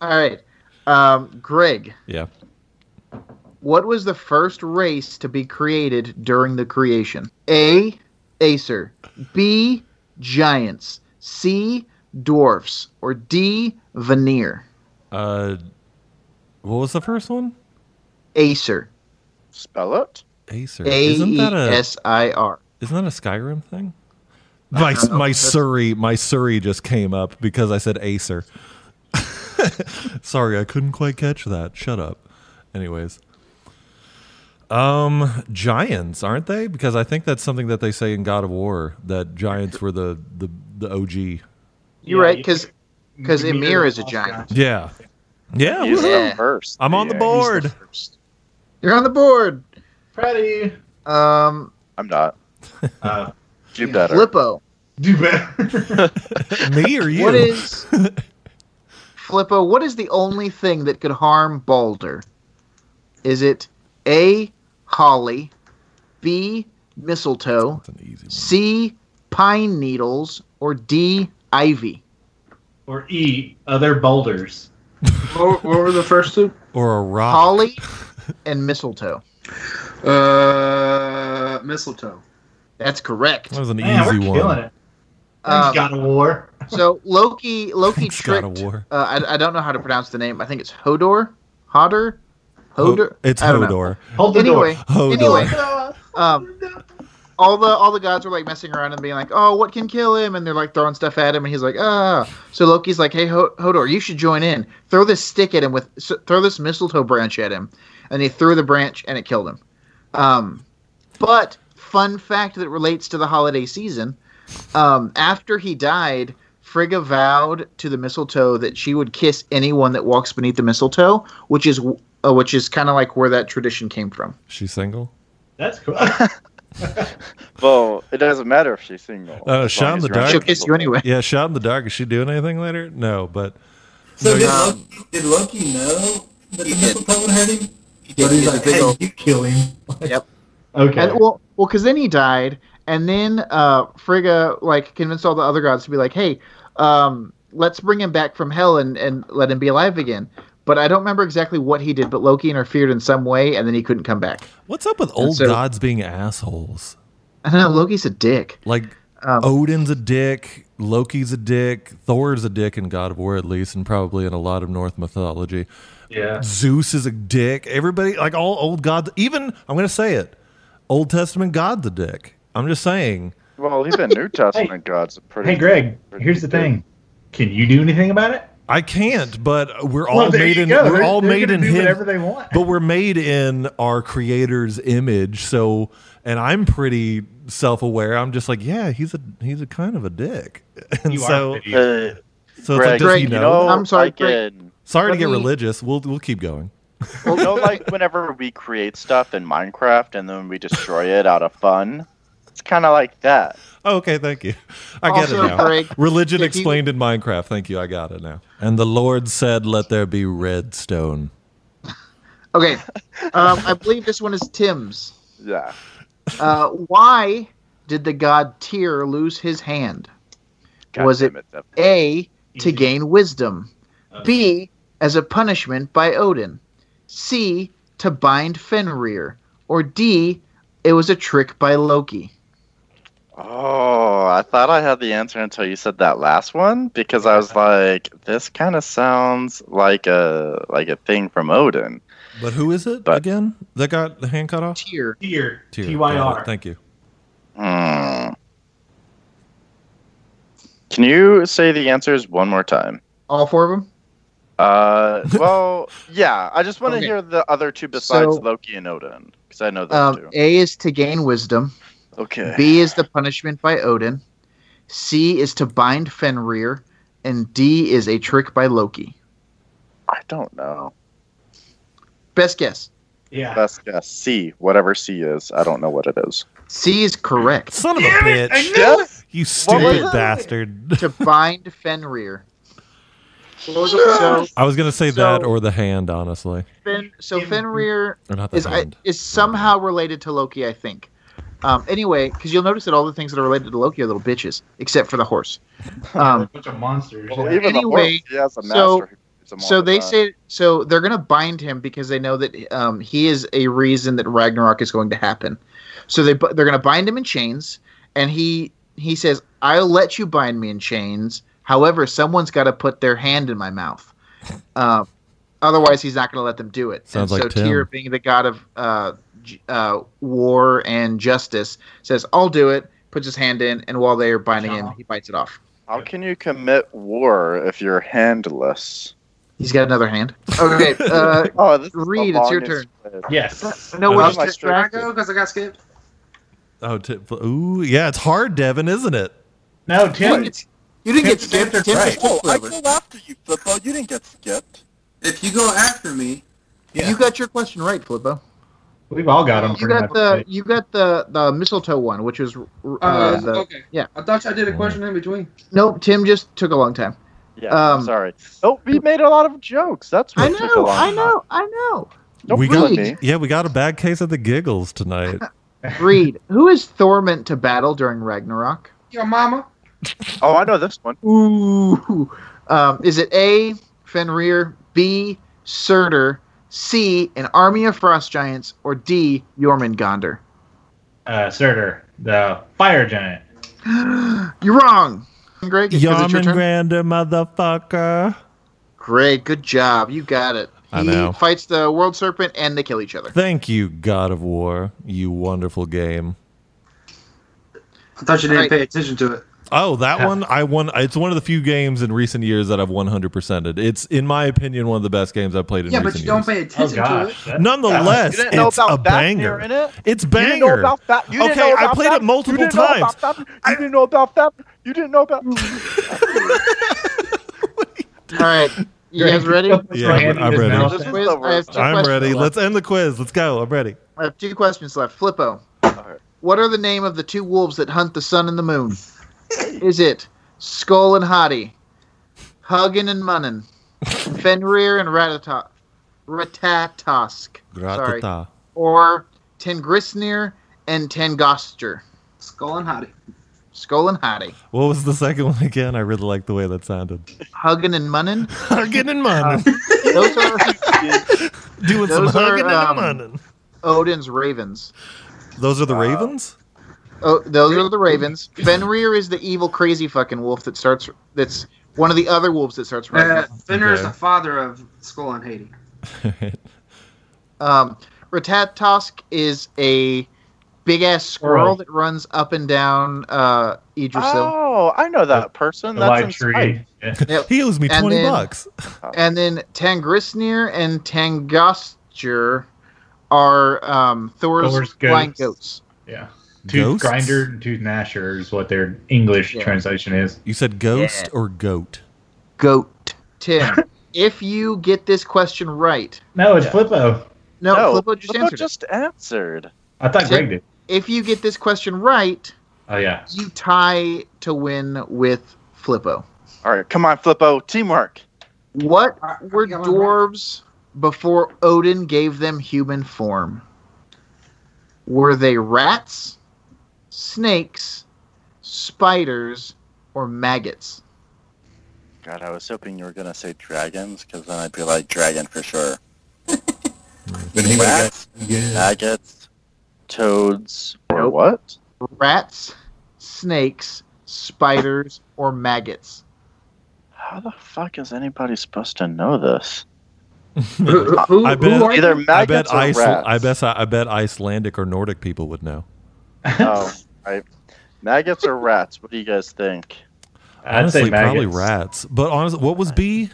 Speaker 6: All right. Um, Greg,
Speaker 5: Yeah.
Speaker 6: what was the first race to be created during the creation? A. Acer. B. Giants. C. Dwarfs. Or D. Veneer.
Speaker 5: Uh, what was the first one?
Speaker 6: Acer.
Speaker 4: Spell it.
Speaker 5: Acer.
Speaker 6: A
Speaker 5: Isn't
Speaker 6: E
Speaker 5: that a
Speaker 6: S I R.
Speaker 5: Isn't that a Skyrim thing? My my Surrey my Surrey just came up because I said Acer. Sorry, I couldn't quite catch that. Shut up. Anyways, um, giants aren't they? Because I think that's something that they say in God of War that giants were the the the OG.
Speaker 6: You're
Speaker 7: Yeah,
Speaker 6: right,
Speaker 7: you-
Speaker 6: because because
Speaker 7: Ymir
Speaker 6: Emir is a
Speaker 7: lost
Speaker 6: giant.
Speaker 5: Yeah, yeah.
Speaker 4: He's
Speaker 5: woohoo.
Speaker 4: the
Speaker 6: Yeah.
Speaker 4: first.
Speaker 5: I'm on the
Speaker 4: Yeah,
Speaker 5: board.
Speaker 6: You're on the board.
Speaker 7: Proud of you.
Speaker 6: Um,
Speaker 4: I'm not.
Speaker 7: Uh,
Speaker 4: Do better.
Speaker 6: Flippo.
Speaker 7: do better.
Speaker 5: Me or you?
Speaker 6: What is Flippo? What is the only thing that could harm Balder? Is it A. Holly, B. Mistletoe,
Speaker 5: That's an easy one.
Speaker 6: C. Pine needles, or D. Ivy?
Speaker 7: or E, other boulders.
Speaker 3: What, what were the first two?
Speaker 5: Or a rock?
Speaker 6: Holly and mistletoe.
Speaker 3: Uh, mistletoe.
Speaker 6: That's correct.
Speaker 5: That was an
Speaker 7: Man,
Speaker 5: easy
Speaker 7: we're
Speaker 5: one.
Speaker 7: killing it. Thanks,
Speaker 6: Um,
Speaker 7: God of War.
Speaker 6: so Loki, Loki
Speaker 5: Thanks, God of
Speaker 6: tricked.
Speaker 5: War.
Speaker 6: Uh, I, I don't know how to pronounce the name. I think it's Hodor, Hodor,
Speaker 5: Ho-
Speaker 6: Hodor.
Speaker 5: it's
Speaker 6: I don't know.
Speaker 5: Hodor.
Speaker 7: Hold the
Speaker 6: Anyway,
Speaker 7: door.
Speaker 5: Hodor.
Speaker 6: anyway,
Speaker 7: Ah,
Speaker 6: um, all the all the gods were like messing around and being like, "Oh, what can kill him?" And they're like throwing stuff at him, and he's like, "Ah." So Loki's like, "Hey, Ho- Hodor, you should join in. Throw this stick at him with s throw this mistletoe branch at him," and he threw the branch and it killed him. Um, but fun fact that relates to the holiday season: um, after he died, Frigga vowed to the mistletoe that she would kiss anyone that walks beneath the mistletoe, which is w- uh, which is kind of like where that tradition came from.
Speaker 5: She's single.
Speaker 7: That's cool.
Speaker 4: Well, it doesn't matter if she's single.
Speaker 5: Uh,
Speaker 4: as
Speaker 5: Shaun
Speaker 4: long as
Speaker 5: the
Speaker 4: you're on
Speaker 5: Dark-
Speaker 6: She'll kiss you anyway.
Speaker 5: Yeah, shot in the dark. Is she doing anything later? No, but
Speaker 9: So did,
Speaker 6: Um,
Speaker 9: Loki, did Loki know that the
Speaker 6: he did.
Speaker 9: mistletoe would hurt him? But
Speaker 6: did.
Speaker 9: he's like,
Speaker 6: Big
Speaker 9: hey,
Speaker 6: ol'-
Speaker 9: you kill him.
Speaker 7: Okay.
Speaker 6: And well, well, because then he died, and then uh, Frigga like convinced all the other gods to be like, "Hey, um, let's bring him back from hell and and let him be alive again." But I don't remember exactly what he did, but Loki interfered in some way, and then he couldn't come back.
Speaker 5: what's up with old
Speaker 6: so-
Speaker 5: gods being assholes?
Speaker 6: I know Loki's a dick.
Speaker 5: Like
Speaker 6: Um,
Speaker 5: Odin's a dick, Loki's a dick, Thor's a dick in God of War at least, and probably in a lot of North mythology.
Speaker 7: yeah.
Speaker 5: Zeus is a dick. Everybody, like all old gods, even I'm gonna say it, Old Testament God's a dick. I'm just saying.
Speaker 4: Well, even New Testament gods are pretty.
Speaker 7: Hey, Greg, here's the thing. Can you do anything about it?
Speaker 5: I can't, but we're all
Speaker 7: Well, there
Speaker 5: made
Speaker 7: you
Speaker 5: in
Speaker 7: go.
Speaker 5: we're
Speaker 7: They're-
Speaker 5: all
Speaker 7: they're
Speaker 5: made
Speaker 7: gonna
Speaker 5: in
Speaker 7: do
Speaker 5: his
Speaker 7: whatever they want.
Speaker 5: but we're made in our creator's image so and i'm pretty self-aware i'm just like yeah he's a he's a kind of a dick and
Speaker 7: You are
Speaker 5: so uh,
Speaker 7: an idiot.
Speaker 4: Hey,
Speaker 5: so it's like
Speaker 4: Uh,
Speaker 5: does
Speaker 4: Greg,
Speaker 5: he
Speaker 6: Greg,
Speaker 5: know,
Speaker 4: you know,
Speaker 6: I'm sorry,
Speaker 4: I can.
Speaker 5: sorry to
Speaker 6: let
Speaker 5: get
Speaker 6: me-
Speaker 5: religious we'll we'll keep going
Speaker 4: You know, like whenever we create stuff in Minecraft and then we destroy it out of fun. It's kind of like that.
Speaker 5: oh, okay thank you i
Speaker 6: Also,
Speaker 5: get it now
Speaker 6: Greg,
Speaker 5: religion
Speaker 6: if you-
Speaker 5: explained in minecraft thank you i got it now and the lord said let there be redstone
Speaker 6: Okay, um, I believe this one is Tim's.
Speaker 4: Yeah.
Speaker 6: Uh, why did the god Tyr lose his hand?
Speaker 4: God
Speaker 6: Was
Speaker 4: damn
Speaker 6: it-
Speaker 4: that-
Speaker 6: A. To
Speaker 7: Easy.
Speaker 6: gain wisdom. B. As a punishment by Odin. C. To bind Fenrir. Or D. It was a trick by Loki.
Speaker 4: Oh, I thought I had the answer until you said that last one because I was like, this kind of sounds like a like a thing from Odin.
Speaker 5: but who is it
Speaker 4: But-
Speaker 5: again that got the hand cut off
Speaker 6: Tyr.
Speaker 7: Tyr.
Speaker 5: Tyr.
Speaker 7: T-Y-R.
Speaker 5: thank you
Speaker 4: Hmm. Can you say the answers one more time?
Speaker 6: All four of them?
Speaker 4: Uh, well, yeah. I just want to
Speaker 6: Okay.
Speaker 4: hear the other two besides
Speaker 6: So-
Speaker 4: Loki and Odin because I know those
Speaker 6: Um,
Speaker 4: two.
Speaker 6: a is to gain wisdom.
Speaker 4: Okay.
Speaker 6: B is the punishment by Odin. C is to bind Fenrir. And D is a trick by Loki.
Speaker 4: I don't know.
Speaker 6: Best guess.
Speaker 7: Yeah.
Speaker 4: Best guess. C, whatever C is. I don't know what it is.
Speaker 6: C is correct.
Speaker 5: son of a bitch
Speaker 4: Yes.
Speaker 5: you
Speaker 4: What was
Speaker 5: stupid
Speaker 4: it?
Speaker 5: bastard
Speaker 6: to bind Fenrir.
Speaker 3: What was the first
Speaker 6: So,
Speaker 5: I was gonna say
Speaker 6: So-
Speaker 5: that or the hand, honestly,
Speaker 6: Fen- so Fenrir
Speaker 5: or not the
Speaker 6: is I,
Speaker 5: hand.
Speaker 6: is somehow related to Loki, I think. Um, anyway, because you'll notice that all the things that are related to Loki are little bitches, except for the horse. Um,
Speaker 7: Bunch of monsters.
Speaker 4: Well,
Speaker 7: yeah.
Speaker 4: even the
Speaker 6: Anyway,
Speaker 4: horse, he has a master
Speaker 6: so-
Speaker 4: who hits him. all
Speaker 6: so
Speaker 4: the
Speaker 6: they
Speaker 4: time.
Speaker 6: say so they're going to bind him because they know that um, he is a reason that Ragnarok is going to happen. So they bu- they're going to bind him in chains, and he he says, "I'll let you bind me in chains. However, someone's got to put their hand in my mouth. Uh, otherwise, he's not going to let them do it."
Speaker 5: Sounds
Speaker 6: and
Speaker 5: like
Speaker 6: so
Speaker 5: Tim.
Speaker 6: Tyr, being the god of uh, j- uh, war and justice, says, "I'll do it." Puts his hand in, and while they are binding him, he bites it off.
Speaker 4: How can you commit war if you're handless?
Speaker 6: He's got another hand. Okay, uh,
Speaker 4: Oh, this is the
Speaker 6: Reed, it's your
Speaker 4: longest bit.
Speaker 7: Yes.
Speaker 6: no
Speaker 5: Uh,
Speaker 6: one
Speaker 4: I'm not
Speaker 6: just
Speaker 4: sure.
Speaker 3: Can I go? Because I got skipped.
Speaker 5: Oh, t- ooh, yeah, it's hard, Devin, isn't it?
Speaker 7: No, Tim.
Speaker 6: What? You didn't get
Speaker 9: Tim
Speaker 6: skipped.
Speaker 9: Stamper
Speaker 6: Tim
Speaker 9: Price.
Speaker 6: just took
Speaker 9: Oh, I
Speaker 6: forever.
Speaker 10: after you, football. You didn't get skipped.
Speaker 9: If you go after me,
Speaker 6: You got your question right, Flippo.
Speaker 7: We've all got them
Speaker 6: You
Speaker 7: pretty
Speaker 6: got the
Speaker 7: much.
Speaker 6: you got the the mistletoe one, which was uh,
Speaker 3: Uh,
Speaker 6: the,
Speaker 3: okay.
Speaker 6: yeah.
Speaker 3: I thought I did a question in between.
Speaker 6: nope. Tim just took a long time.
Speaker 4: Yeah,
Speaker 6: Um,
Speaker 4: sorry. Oh, we made a lot of jokes. That's what
Speaker 6: I
Speaker 4: took a
Speaker 6: know,
Speaker 4: long
Speaker 6: I
Speaker 4: time.
Speaker 6: know, I know.
Speaker 4: Don't
Speaker 5: We
Speaker 4: bully
Speaker 6: got-
Speaker 4: me.
Speaker 5: Yeah, we got a bad case of the giggles tonight.
Speaker 6: Reed, who is Thor meant to battle during Ragnarok?
Speaker 3: Your mama.
Speaker 4: Oh, I know this one.
Speaker 6: Ooh, um, is it A. Fenrir, B. Surtur, C. An army of frost giants, or D. Jormungandr?
Speaker 7: Uh, Surtur, the fire giant.
Speaker 6: You're wrong, Greg. Is it your
Speaker 5: Yarman
Speaker 6: turn?
Speaker 5: Grander, motherfucker.
Speaker 6: Great, good job. You got it. He
Speaker 5: I know.
Speaker 6: fights the world serpent and they kill each other.
Speaker 5: Thank you, God of War. You wonderful game.
Speaker 3: I thought you didn't
Speaker 6: Right.
Speaker 3: pay attention to it.
Speaker 5: Oh, that one I won. It's one of the few games in recent years that I've 100%ed. It's, in my opinion, one of the best games I've played in
Speaker 3: Yeah, but
Speaker 5: recent
Speaker 3: you don't
Speaker 5: years.
Speaker 3: pay
Speaker 7: Oh
Speaker 3: attention to it.
Speaker 7: gosh. That-
Speaker 5: Nonetheless,
Speaker 10: You didn't know
Speaker 5: it's
Speaker 10: about
Speaker 5: a
Speaker 10: Fafnir
Speaker 5: banger.
Speaker 10: in it?
Speaker 5: It's
Speaker 10: You didn't know
Speaker 5: banger.
Speaker 10: about that. You didn't
Speaker 5: Okay,
Speaker 10: know
Speaker 5: I
Speaker 10: about
Speaker 5: played it
Speaker 10: Faf-
Speaker 5: multiple
Speaker 10: you didn't know
Speaker 5: times.
Speaker 10: about Faf- You didn't know about that. You didn't know about.
Speaker 6: All right. You guys ready?
Speaker 7: Put
Speaker 5: Yeah,
Speaker 7: your
Speaker 5: I'm-
Speaker 7: hand in
Speaker 5: I'm
Speaker 7: his
Speaker 5: ready.
Speaker 7: mouth.
Speaker 4: This is
Speaker 6: Quiz,
Speaker 4: the
Speaker 6: I have
Speaker 4: worst.
Speaker 6: two
Speaker 5: I'm
Speaker 6: questions
Speaker 5: ready.
Speaker 6: left.
Speaker 5: Let's end the quiz. Let's go. I'm ready.
Speaker 6: I have two questions left. Flippo.
Speaker 4: Alright.
Speaker 6: What are the name of the two wolves that hunt the sun and the moon? Is it Skull and Hottie, Huggin and Munnin, Fenrir and Ratata- Ratatosk, Sorry.
Speaker 5: Gratita.
Speaker 6: or Tengrisnir and Tengoster?
Speaker 3: Skull and Hottie.
Speaker 6: Skull and Hottie,
Speaker 5: What was the second one again? I really like the way that sounded.
Speaker 6: Huggin and Munnin?
Speaker 5: hugging and munning.
Speaker 6: Those are
Speaker 5: Doing some
Speaker 6: those are,
Speaker 5: hugging
Speaker 6: um,
Speaker 5: and munning.
Speaker 6: Odin's ravens.
Speaker 5: Those are
Speaker 6: uh,
Speaker 5: the Ravens?
Speaker 6: Oh, those are the ravens. Fenrir is the evil, crazy fucking wolf that starts. That's one of the other wolves that starts
Speaker 3: Uh,
Speaker 6: running.
Speaker 3: Fenrir is
Speaker 5: Okay.
Speaker 3: the father of Skull and Haiti.
Speaker 6: Um, Ratatosk is a big ass squirrel
Speaker 7: Squirrel.
Speaker 6: that runs up and down uh, Idrisil.
Speaker 4: Oh, I know that person.
Speaker 7: The
Speaker 4: That's
Speaker 7: live
Speaker 4: in
Speaker 7: tree. Yeah.
Speaker 5: He owes me
Speaker 6: And
Speaker 5: 20
Speaker 6: then-
Speaker 5: bucks.
Speaker 6: And then Tangrisnir and Tangostur are um, Thor's,
Speaker 7: Thor's
Speaker 6: blind goats.
Speaker 7: goats. yeah. Tooth
Speaker 5: Ghosts?
Speaker 7: grinder and tooth gnasher is what their English
Speaker 6: Yeah.
Speaker 7: translation is.
Speaker 5: You said ghost
Speaker 6: Yeah.
Speaker 5: or goat?
Speaker 6: Goat. Tim, if you get this question right,
Speaker 7: No, it's Flippo.
Speaker 6: no,
Speaker 4: no,
Speaker 6: Flippo just
Speaker 4: Flippo
Speaker 6: answered
Speaker 4: just answered.
Speaker 7: I thought
Speaker 6: Tim-
Speaker 7: Greg did.
Speaker 6: it. If you get this question right,
Speaker 7: Oh yeah.
Speaker 6: you tie to win with Flippo.
Speaker 4: All right, come on, Flippo. Teamwork.
Speaker 6: What
Speaker 3: I- I
Speaker 6: were
Speaker 3: think I went
Speaker 6: dwarves before Odin gave them human form? Were they rats, snakes, spiders, or maggots?
Speaker 4: God, I was hoping you were gonna say dragons, because then I'd be like dragon for sure.
Speaker 9: but anyway,
Speaker 4: Rats,
Speaker 9: yeah.
Speaker 4: maggots, toads, or
Speaker 6: Nope.
Speaker 4: what?
Speaker 6: Rats, snakes, spiders, or maggots?
Speaker 4: How the fuck is anybody supposed to know this?
Speaker 3: who, who- who,
Speaker 5: I bet-
Speaker 3: who are you?
Speaker 4: Either
Speaker 5: I
Speaker 4: maggots
Speaker 5: bet
Speaker 4: or
Speaker 5: Ice-
Speaker 4: rats.
Speaker 5: I bet I bet Icelandic or Nordic people would know.
Speaker 4: Oh, right. Maggots or rats? What do you guys think?
Speaker 7: I'd
Speaker 5: honestly,
Speaker 7: say
Speaker 5: probably
Speaker 7: maggots.
Speaker 5: rats. But honestly, what was B?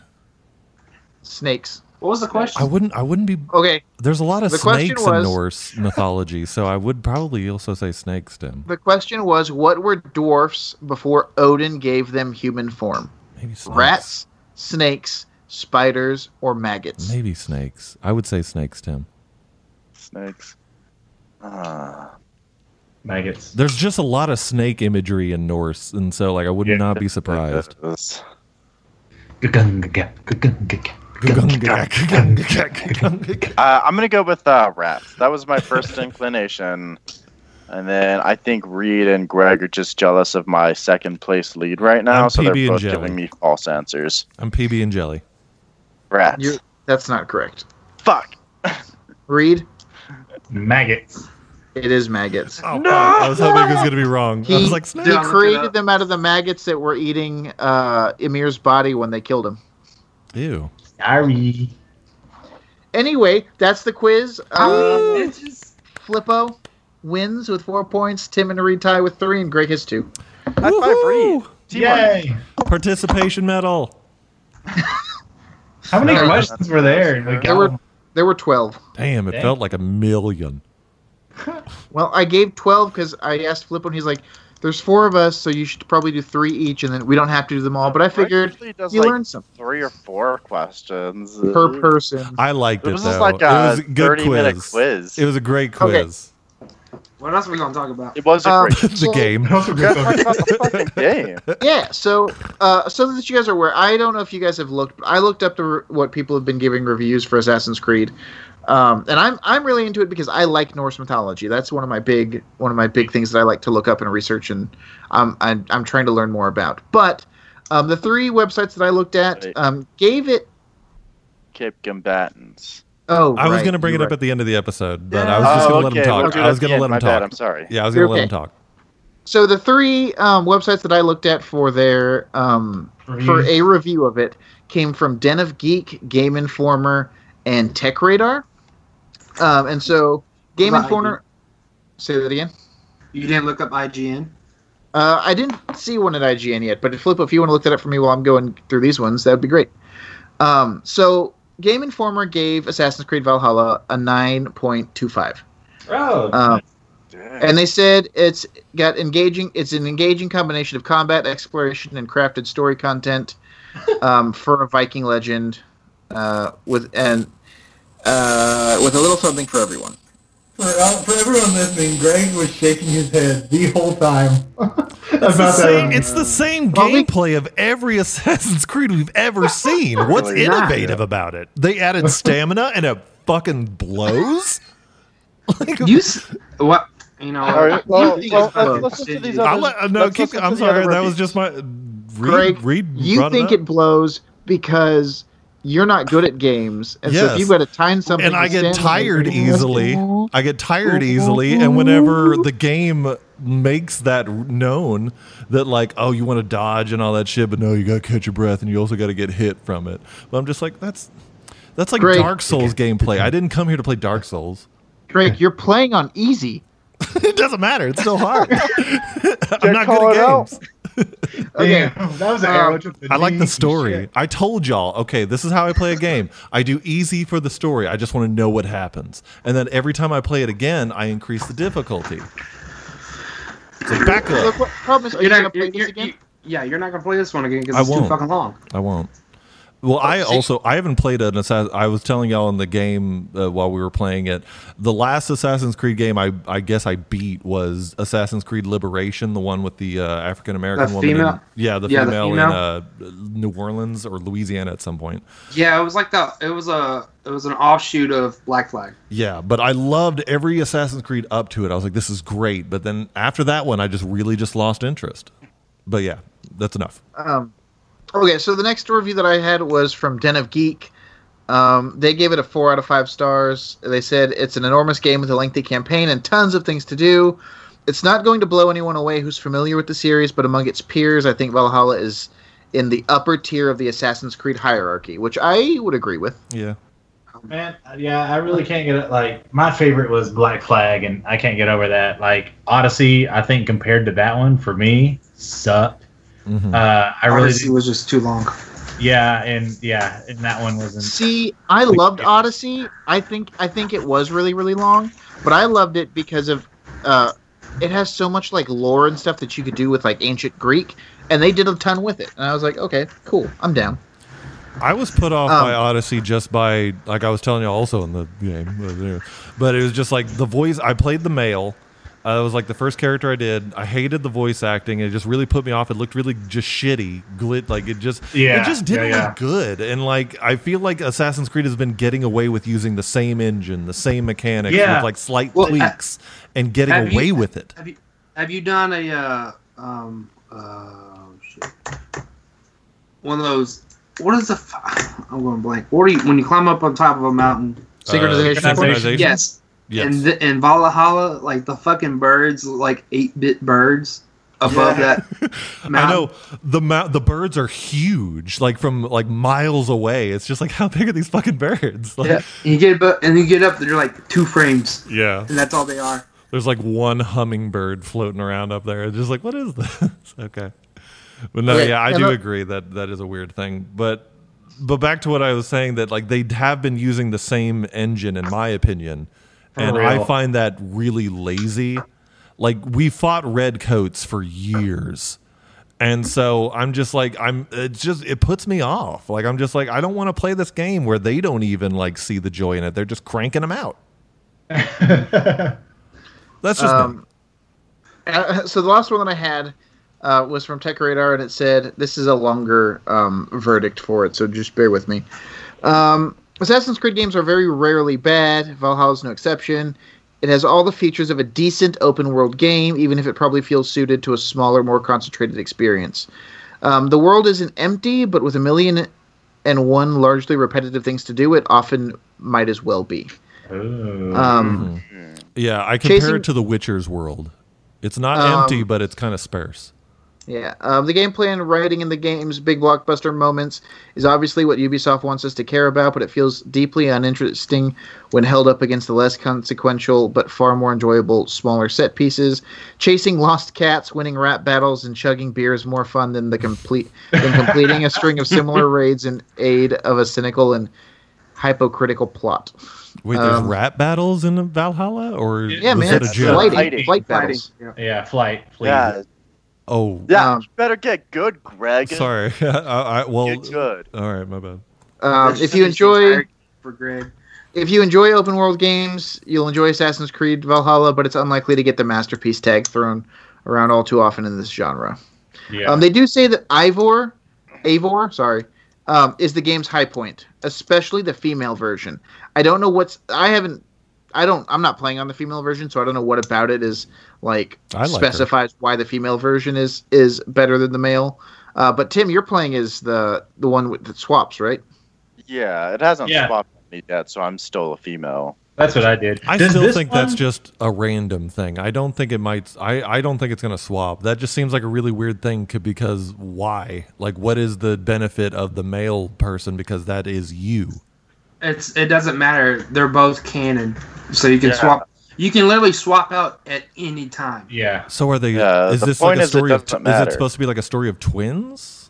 Speaker 6: Snakes.
Speaker 3: What was the question?
Speaker 5: I wouldn't. I wouldn't be.
Speaker 6: Okay,
Speaker 5: There's a lot of
Speaker 6: The question
Speaker 5: snakes in
Speaker 6: was-
Speaker 5: Norse mythology, so I would probably also say snakes. Tim,
Speaker 6: the question was what were dwarfs before Odin gave them human form?
Speaker 5: maybe snakes.
Speaker 6: Rats, snakes, spiders, or maggots?
Speaker 5: Maybe snakes. I would say snakes, Tim.
Speaker 4: Snakes. Uh,
Speaker 7: Maggots.
Speaker 5: There's just a lot of snake imagery in Norse, and so like I would
Speaker 7: Yeah.
Speaker 5: not be surprised.
Speaker 4: this- Uh, I'm gonna go with uh, rats. That was my first inclination, and then I think Reed and Greg are just jealous of my second place lead right now,
Speaker 5: I'm
Speaker 4: so they're
Speaker 5: PB and
Speaker 4: both
Speaker 5: jelly.
Speaker 4: giving me false answers.
Speaker 5: I'm PB and jelly.
Speaker 4: Rats.
Speaker 6: You're, that's not correct.
Speaker 4: Fuck.
Speaker 6: Reed,
Speaker 7: Maggots.
Speaker 6: it is maggots.
Speaker 5: Oh, no! I was hoping it was going to be wrong.
Speaker 6: He,
Speaker 5: I was like,
Speaker 6: he
Speaker 5: snake.
Speaker 3: Yeah, look it
Speaker 6: created
Speaker 3: up.
Speaker 6: them out of the maggots that were eating uh, Emir's body when they killed him.
Speaker 5: Ew.
Speaker 7: Sorry.
Speaker 6: Anyway, that's the quiz. Uh, Flippo wins with four points. Tim and Reed tie with three, and Greg has two.
Speaker 10: High five, Reed. Teamwork.
Speaker 7: Yay!
Speaker 5: Participation medal.
Speaker 7: How many
Speaker 6: No,
Speaker 7: questions were there? We
Speaker 6: There
Speaker 7: got
Speaker 6: were
Speaker 7: them.
Speaker 6: there were twelve.
Speaker 5: Damn, it
Speaker 7: Dang.
Speaker 5: felt like a million.
Speaker 6: Well, I gave twelve because I asked Flippo, and he's like, "There's four of us, so you should probably do three each, and then we don't have to do them all." But I figured
Speaker 4: Usually does
Speaker 6: you
Speaker 4: like
Speaker 6: learned something
Speaker 4: three or four questions
Speaker 6: per person.
Speaker 5: I liked
Speaker 4: It
Speaker 5: it,
Speaker 4: was
Speaker 5: though.
Speaker 4: just like
Speaker 5: it was
Speaker 4: a
Speaker 5: a good
Speaker 4: thirty-minute
Speaker 5: quiz.
Speaker 4: quiz.
Speaker 5: It was a great quiz.
Speaker 6: Okay.
Speaker 3: What else are we gonna talk about?
Speaker 4: It was a
Speaker 6: Um,
Speaker 4: great
Speaker 5: the game.
Speaker 7: Those were good
Speaker 10: Let's
Speaker 7: questions.
Speaker 10: talk about the fucking-
Speaker 4: game.
Speaker 6: yeah so uh, so that you guys are aware i don't know if you guys have looked but i looked up to re- what people have been giving reviews for assassin's creed um, and i'm i'm really into it because i like norse mythology that's one of my big one of my big things that i like to look up and research and um, I'm, I'm trying to learn more about but um, the three websites that i looked at
Speaker 4: Right.
Speaker 6: um, gave it
Speaker 4: Cape Combatants.
Speaker 6: oh
Speaker 5: I was
Speaker 6: right,
Speaker 5: going to bring it
Speaker 6: you're
Speaker 5: up
Speaker 6: right.
Speaker 5: at the end of the episode, but I was just
Speaker 4: Oh,
Speaker 5: going to
Speaker 4: okay,
Speaker 5: let
Speaker 4: we'll
Speaker 5: him talk.
Speaker 4: do
Speaker 5: I was
Speaker 4: that
Speaker 5: going to
Speaker 4: again.
Speaker 5: let him
Speaker 4: My bad,
Speaker 5: talk.
Speaker 4: I'm sorry.
Speaker 5: Yeah, I was going to
Speaker 6: Okay.
Speaker 5: let him talk.
Speaker 6: so the three um, websites that i looked at for their um, for
Speaker 7: Reviews.
Speaker 6: a review of it came from Den of Geek, Game Informer, and Tech Radar. Um, and so Game
Speaker 3: Right.
Speaker 6: Informer. Say that again.
Speaker 3: You didn't look up IGN.
Speaker 6: Uh, I didn't see one at IGN yet, but Flip, if you want to look that up for me while I'm going through these ones, that would be great. Um, so Game Informer gave Assassin's Creed Valhalla a 9.25.
Speaker 7: Oh,
Speaker 6: Um,
Speaker 4: Damn.
Speaker 6: and they said it's got engaging it's an engaging combination of combat exploration and crafted story content um, for a viking legend uh, with and
Speaker 9: Uh, with a little something for everyone.
Speaker 7: For, uh, for everyone listening, Greg was shaking his head the whole time about
Speaker 5: It's the,
Speaker 7: that.
Speaker 5: same,
Speaker 7: review.
Speaker 5: it's the same
Speaker 6: Well, we-
Speaker 5: gameplay of every Assassin's Creed we've ever seen. What's
Speaker 4: Really?
Speaker 5: innovative about it? They added stamina and it fucking blows. Like,
Speaker 3: You s- what? You know.
Speaker 4: All right,
Speaker 3: you
Speaker 10: well,
Speaker 3: think
Speaker 10: well,
Speaker 3: it's close.
Speaker 10: let's listen to these
Speaker 5: I'll
Speaker 10: others.
Speaker 5: let- uh, no,
Speaker 10: Let's
Speaker 5: keep,
Speaker 10: listen
Speaker 5: I'm
Speaker 10: to the other
Speaker 5: sorry. That was
Speaker 10: reviews.
Speaker 5: just my.
Speaker 6: Greg,
Speaker 5: Read, read.
Speaker 6: you think it, blows because you're not good at games and so
Speaker 5: Yes.
Speaker 6: if you've got to time something
Speaker 5: and
Speaker 6: to
Speaker 5: I get
Speaker 6: stand on, you're
Speaker 5: tired
Speaker 6: gonna-
Speaker 5: easily. I get tired easily, and whenever the game makes that known, that like, oh, you want to dodge and all that shit, but no, you gotta catch your breath, and you also gotta get hit from it. But I'm just like, that's that's like
Speaker 6: Great.
Speaker 5: Dark Souls gameplay. I didn't come here to play Dark Souls.
Speaker 6: Greg, you're playing on easy.
Speaker 5: it doesn't matter. It's still hard. I'm not
Speaker 10: call
Speaker 5: good
Speaker 10: it
Speaker 5: at
Speaker 10: out.
Speaker 5: games.
Speaker 6: Okay.
Speaker 7: Damn, that was an
Speaker 6: Um,
Speaker 7: arrow to the
Speaker 5: I like the
Speaker 7: knee.
Speaker 5: story.
Speaker 7: Shit.
Speaker 5: I told y'all, okay, this is how I play a game. I do easy for the story. I just want to know what happens. And then every time I play it again, I increase the difficulty. So back up.
Speaker 6: Look, what problem is, are you
Speaker 3: You're
Speaker 6: going to
Speaker 3: not.
Speaker 6: play
Speaker 3: You're,
Speaker 6: this
Speaker 3: you're,
Speaker 6: again?
Speaker 3: you yeah, you're not gonna play this one again because
Speaker 5: I
Speaker 3: it's
Speaker 5: won't.
Speaker 3: too fucking long.
Speaker 5: I won't. Well, I also I haven't played an assassin. I was telling y'all in the game uh, while we were playing it. The last Assassin's Creed game I I guess I beat was Assassin's Creed Liberation, the one with the uh, African American
Speaker 3: The
Speaker 5: woman. in-
Speaker 3: female-
Speaker 5: yeah, the
Speaker 3: yeah, the
Speaker 5: female,
Speaker 3: female.
Speaker 5: in uh, New Orleans or Louisiana at some point.
Speaker 3: Yeah, it was like the. It was a. It was an offshoot of Black Flag.
Speaker 5: Yeah, but I loved every Assassin's Creed up to it. I was like, this is great. But then after that one, I just really just lost interest. But yeah, that's enough.
Speaker 6: Um, okay, so the next review that I had was from Den of Geek. Um, they gave it a four out of five stars. They said it's an enormous game with a lengthy campaign and tons of things to do. It's not going to blow anyone away who's familiar with the series, but among its peers, I think Valhalla is in the upper tier of the Assassin's Creed hierarchy, which I would agree with.
Speaker 5: Yeah.
Speaker 7: Man, yeah, I really can't get it. Like, my favorite was Black Flag, and I can't get over that. Like, Odyssey, I think compared to that one, for me, sucked.
Speaker 5: Mhm.
Speaker 7: Uh, I really,
Speaker 3: Odyssey was just too long.
Speaker 7: did- yeah, and yeah, and that one wasn't.
Speaker 6: See, I loved Odyssey. I think I think it was really really long, but I loved it because of uh, it has so much like lore and stuff that you could do with like ancient Greek, and they did a ton with it. And I was like, okay, cool, I'm down.
Speaker 5: I was put off
Speaker 6: Um,
Speaker 5: by Odyssey just by like I was telling you also in the game, but it was just like the voice. I played the male. Uh, it was like the first character I did. I hated the voice acting. It just really put me off. It looked really just shitty, glit. Like it just,
Speaker 7: Yeah,
Speaker 5: it just didn't
Speaker 7: yeah, yeah.
Speaker 5: look good. And like I feel like Assassin's Creed has been getting away with using the same engine, the same mechanics,
Speaker 7: Yeah.
Speaker 5: with like slight
Speaker 3: Well,
Speaker 5: tweaks, and getting
Speaker 3: have you-
Speaker 5: away with it.
Speaker 3: Have you have you done a uh, um uh shit. one of those What is the? F- I'm going blank. What do you when you climb up on top of a mountain?
Speaker 6: Uh, Synchronization. synchronization?
Speaker 3: Yes.
Speaker 6: Yes.
Speaker 3: And th- and Valhalla, like the fucking birds, look like eight bit birds above
Speaker 5: Yeah.
Speaker 3: that.
Speaker 5: I know the mou- the birds are huge, like from like miles away. It's just like how big are these fucking birds? Like,
Speaker 3: Yeah. You get up and you get up. They're like two frames,
Speaker 5: yeah.
Speaker 3: and that's all they are.
Speaker 5: There's like one hummingbird floating around up there. It's just like, what is this? okay. But no,
Speaker 7: Okay,
Speaker 5: yeah, I
Speaker 7: and
Speaker 5: do
Speaker 7: the-
Speaker 5: agree that that is a weird thing. But but back to what I was saying that like they have been using the same engine in my opinion.
Speaker 7: For
Speaker 5: And
Speaker 7: real.
Speaker 5: I find that really lazy. Like we fought red coats for years. And so I'm just like I'm it's just it puts me off. Like I'm just like I don't want to play this game where they don't even like see the joy in it. They're just cranking them out. That's just me.
Speaker 6: Um, uh, so the last one that I had uh, was from Tech Radar, and it said this is a longer um, verdict for it, so just bear with me. Um, Assassin's Creed games are very rarely bad. Valhalla is no exception. It has all the features of a decent open world game, even if it probably feels suited to a smaller, more concentrated experience. Um, the world isn't empty, but with a million and one largely repetitive things to do, it often might as well be.
Speaker 4: Uh,
Speaker 6: Um,
Speaker 5: Yeah, I compare
Speaker 6: Chasing-
Speaker 5: it to The Witcher's world. It's not
Speaker 6: Um,
Speaker 5: empty, but it's kind of sparse.
Speaker 6: Yeah, um, the gameplay and writing in the game's big blockbuster moments is obviously what Ubisoft wants us to care about, but it feels deeply uninteresting when held up against the less consequential but far more enjoyable smaller set pieces. Chasing lost cats, winning rat battles, and chugging beer is more fun than the complete than completing a string of similar raids in aid of a cynical and hypocritical plot.
Speaker 5: Wait, there's
Speaker 6: Um,
Speaker 5: rat battles in Valhalla, or
Speaker 6: Yeah,
Speaker 5: was
Speaker 6: man,
Speaker 5: that a
Speaker 6: it's
Speaker 5: joke?
Speaker 6: lighting, flight battles.
Speaker 7: Yeah, flight, please.
Speaker 4: Yeah,
Speaker 5: Oh,
Speaker 4: yeah.
Speaker 6: um,
Speaker 4: you better get good, Greg.
Speaker 5: sorry. I, I, well,
Speaker 3: Oh.
Speaker 4: Get good.
Speaker 5: all right, my bad.
Speaker 6: Um,
Speaker 3: That's
Speaker 6: if
Speaker 3: just
Speaker 6: you
Speaker 3: the
Speaker 6: enjoy.
Speaker 3: entirety for Greg,
Speaker 6: if you enjoy open world games, you'll enjoy Assassin's Creed Valhalla, but it's unlikely to get the masterpiece tag thrown around all too often in this genre.
Speaker 7: Yeah.
Speaker 6: Um, they do say that Ivor, Eivor, sorry, um, is the game's high point, especially the female version. I don't know what's. I haven't. I don't. I'm not playing on the female version, so I don't know what about it is like,
Speaker 5: I like her.
Speaker 6: specifies why the female version is is better than the male. Uh, but Tim, you're playing is the the one with, that swaps, right?
Speaker 4: Yeah, it hasn't
Speaker 7: Yeah.
Speaker 4: swapped me yet, so I'm still a female.
Speaker 7: That's what I did.
Speaker 5: I
Speaker 7: Does
Speaker 5: still
Speaker 7: this
Speaker 5: think that's
Speaker 7: one-
Speaker 5: just a random thing. I don't think it might. I, I don't think it's gonna swap. That just seems like a really weird thing. Could because why? Like, what is the benefit of the male person? Because that is you.
Speaker 3: it's it doesn't matter. They're both canon, so you can
Speaker 4: Yeah.
Speaker 3: swap. You can literally swap out at any time.
Speaker 7: Yeah.
Speaker 5: So are they?
Speaker 4: Yeah,
Speaker 5: is
Speaker 4: the
Speaker 5: this like
Speaker 4: point
Speaker 5: a
Speaker 4: is it
Speaker 5: story? of,
Speaker 4: doesn't
Speaker 5: is
Speaker 4: matter.
Speaker 5: it supposed to be like a story of twins?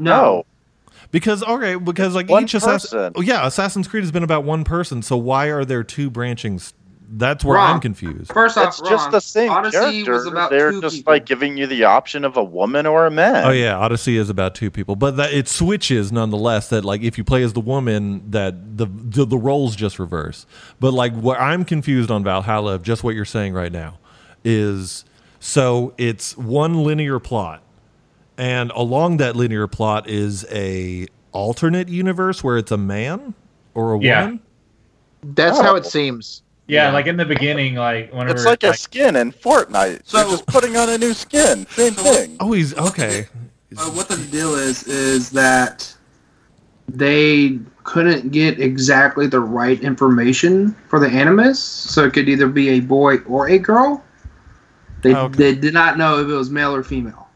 Speaker 3: No,
Speaker 5: Because okay, because like
Speaker 4: One
Speaker 5: each assassin,
Speaker 4: person.
Speaker 5: oh, yeah, Assassin's Creed has been about one person. So why are there two branchings? That's where
Speaker 3: Wrong.
Speaker 5: I'm confused.
Speaker 3: first off,
Speaker 4: It's just
Speaker 3: wrong.
Speaker 4: the same
Speaker 3: Odyssey
Speaker 4: character.
Speaker 3: was about
Speaker 4: They're
Speaker 3: two
Speaker 4: just
Speaker 3: people.
Speaker 4: like giving you the option of a woman or a man.
Speaker 5: Oh yeah, Odyssey is about two people, but that it switches nonetheless. That like if you play as the woman, that the the, the roles just reverse. But like what I'm confused on Valhalla of just what you're saying right now is so it's one linear plot, and along that linear plot is a alternate universe where it's a man or a
Speaker 7: Yeah.
Speaker 5: woman.
Speaker 6: That's how it seems.
Speaker 7: Yeah, like in the beginning, like whenever
Speaker 4: It's like a skin in Fortnite. So
Speaker 3: So-
Speaker 4: just putting on a new skin. Same thing.
Speaker 5: Oh, he's okay.
Speaker 3: Uh, what the deal is is that they couldn't get exactly the right information for the animus, so it could either be a boy or a girl. They
Speaker 5: Okay.
Speaker 3: they did not know if it was male or female.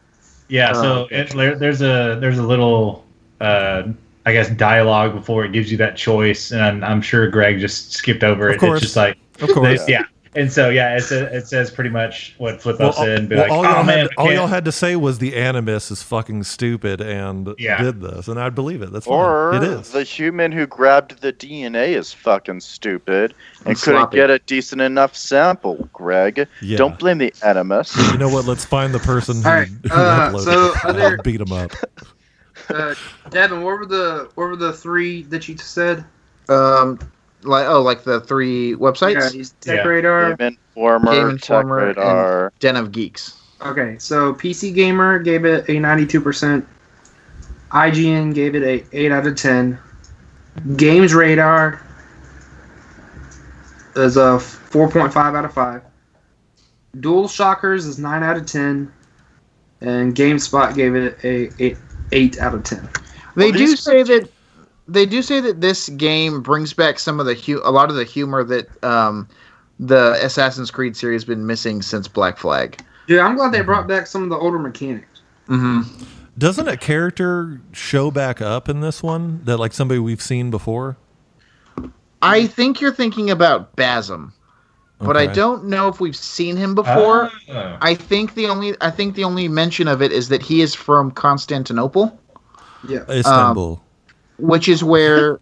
Speaker 4: uh,
Speaker 7: Yeah, so it, there, there's a there's a little uh, I guess dialogue before it gives you that choice, and I'm sure Greg just skipped over
Speaker 5: Of
Speaker 7: it.
Speaker 5: course.
Speaker 7: It's just like
Speaker 5: Of course.
Speaker 7: yeah. and so yeah, it says, it says pretty much what Flippo
Speaker 5: Well,
Speaker 7: said. Be
Speaker 5: well,
Speaker 7: like,
Speaker 5: all,
Speaker 7: oh
Speaker 5: y'all
Speaker 7: man,
Speaker 5: had,
Speaker 7: we
Speaker 5: all
Speaker 7: can't."
Speaker 5: y'all had to say was the animus is fucking stupid and
Speaker 7: Yeah.
Speaker 5: did this, and I'd believe it. That's fine.
Speaker 4: Or
Speaker 5: it is.
Speaker 4: the human who grabbed the DNA is fucking stupid and,
Speaker 6: And
Speaker 4: couldn't
Speaker 6: sloppy.
Speaker 4: get a decent enough sample, Greg.
Speaker 5: Yeah.
Speaker 4: Don't blame the animus.
Speaker 5: you know what? Let's find the person who,
Speaker 3: All right,
Speaker 5: who
Speaker 3: uh,
Speaker 5: uploaded
Speaker 3: so
Speaker 5: it
Speaker 3: other-
Speaker 5: and beat him up.
Speaker 3: Uh, Devin, what were the what were the three that you said?
Speaker 6: Um, like oh, like the three
Speaker 3: Yeah,
Speaker 6: websites,
Speaker 3: he's Tech
Speaker 7: Yeah.
Speaker 3: Radar.
Speaker 4: Game Informer,
Speaker 6: Game
Speaker 4: Tech
Speaker 6: Informer, and-
Speaker 4: Radar.
Speaker 6: Den of Geeks.
Speaker 3: Okay, so PC Gamer gave it a 92%. IGN gave it a 8 out of 10. Games Radar is a 4.5 out of 5. Dual Shockers is 9 out of 10. And GameSpot gave it a 8, 8 out of 10.
Speaker 6: They
Speaker 4: Well,
Speaker 6: do
Speaker 4: these-
Speaker 6: say that they do say that this game brings back some of the hu- a lot of the humor that um, the Assassin's Creed series has been missing since Black Flag.
Speaker 3: Yeah, I'm glad they brought back some of the older mechanics.
Speaker 6: Mm-hmm.
Speaker 5: Doesn't a character show back up in this one that like somebody we've seen before?
Speaker 3: Mm-hmm.
Speaker 6: I think you're thinking about Basm, but I
Speaker 5: Okay.
Speaker 6: don't know if we've seen him before.
Speaker 7: Ah.
Speaker 6: I think the only I think the only mention of it is that he is from Constantinople,
Speaker 3: Yeah.
Speaker 5: Istanbul.
Speaker 6: which is where,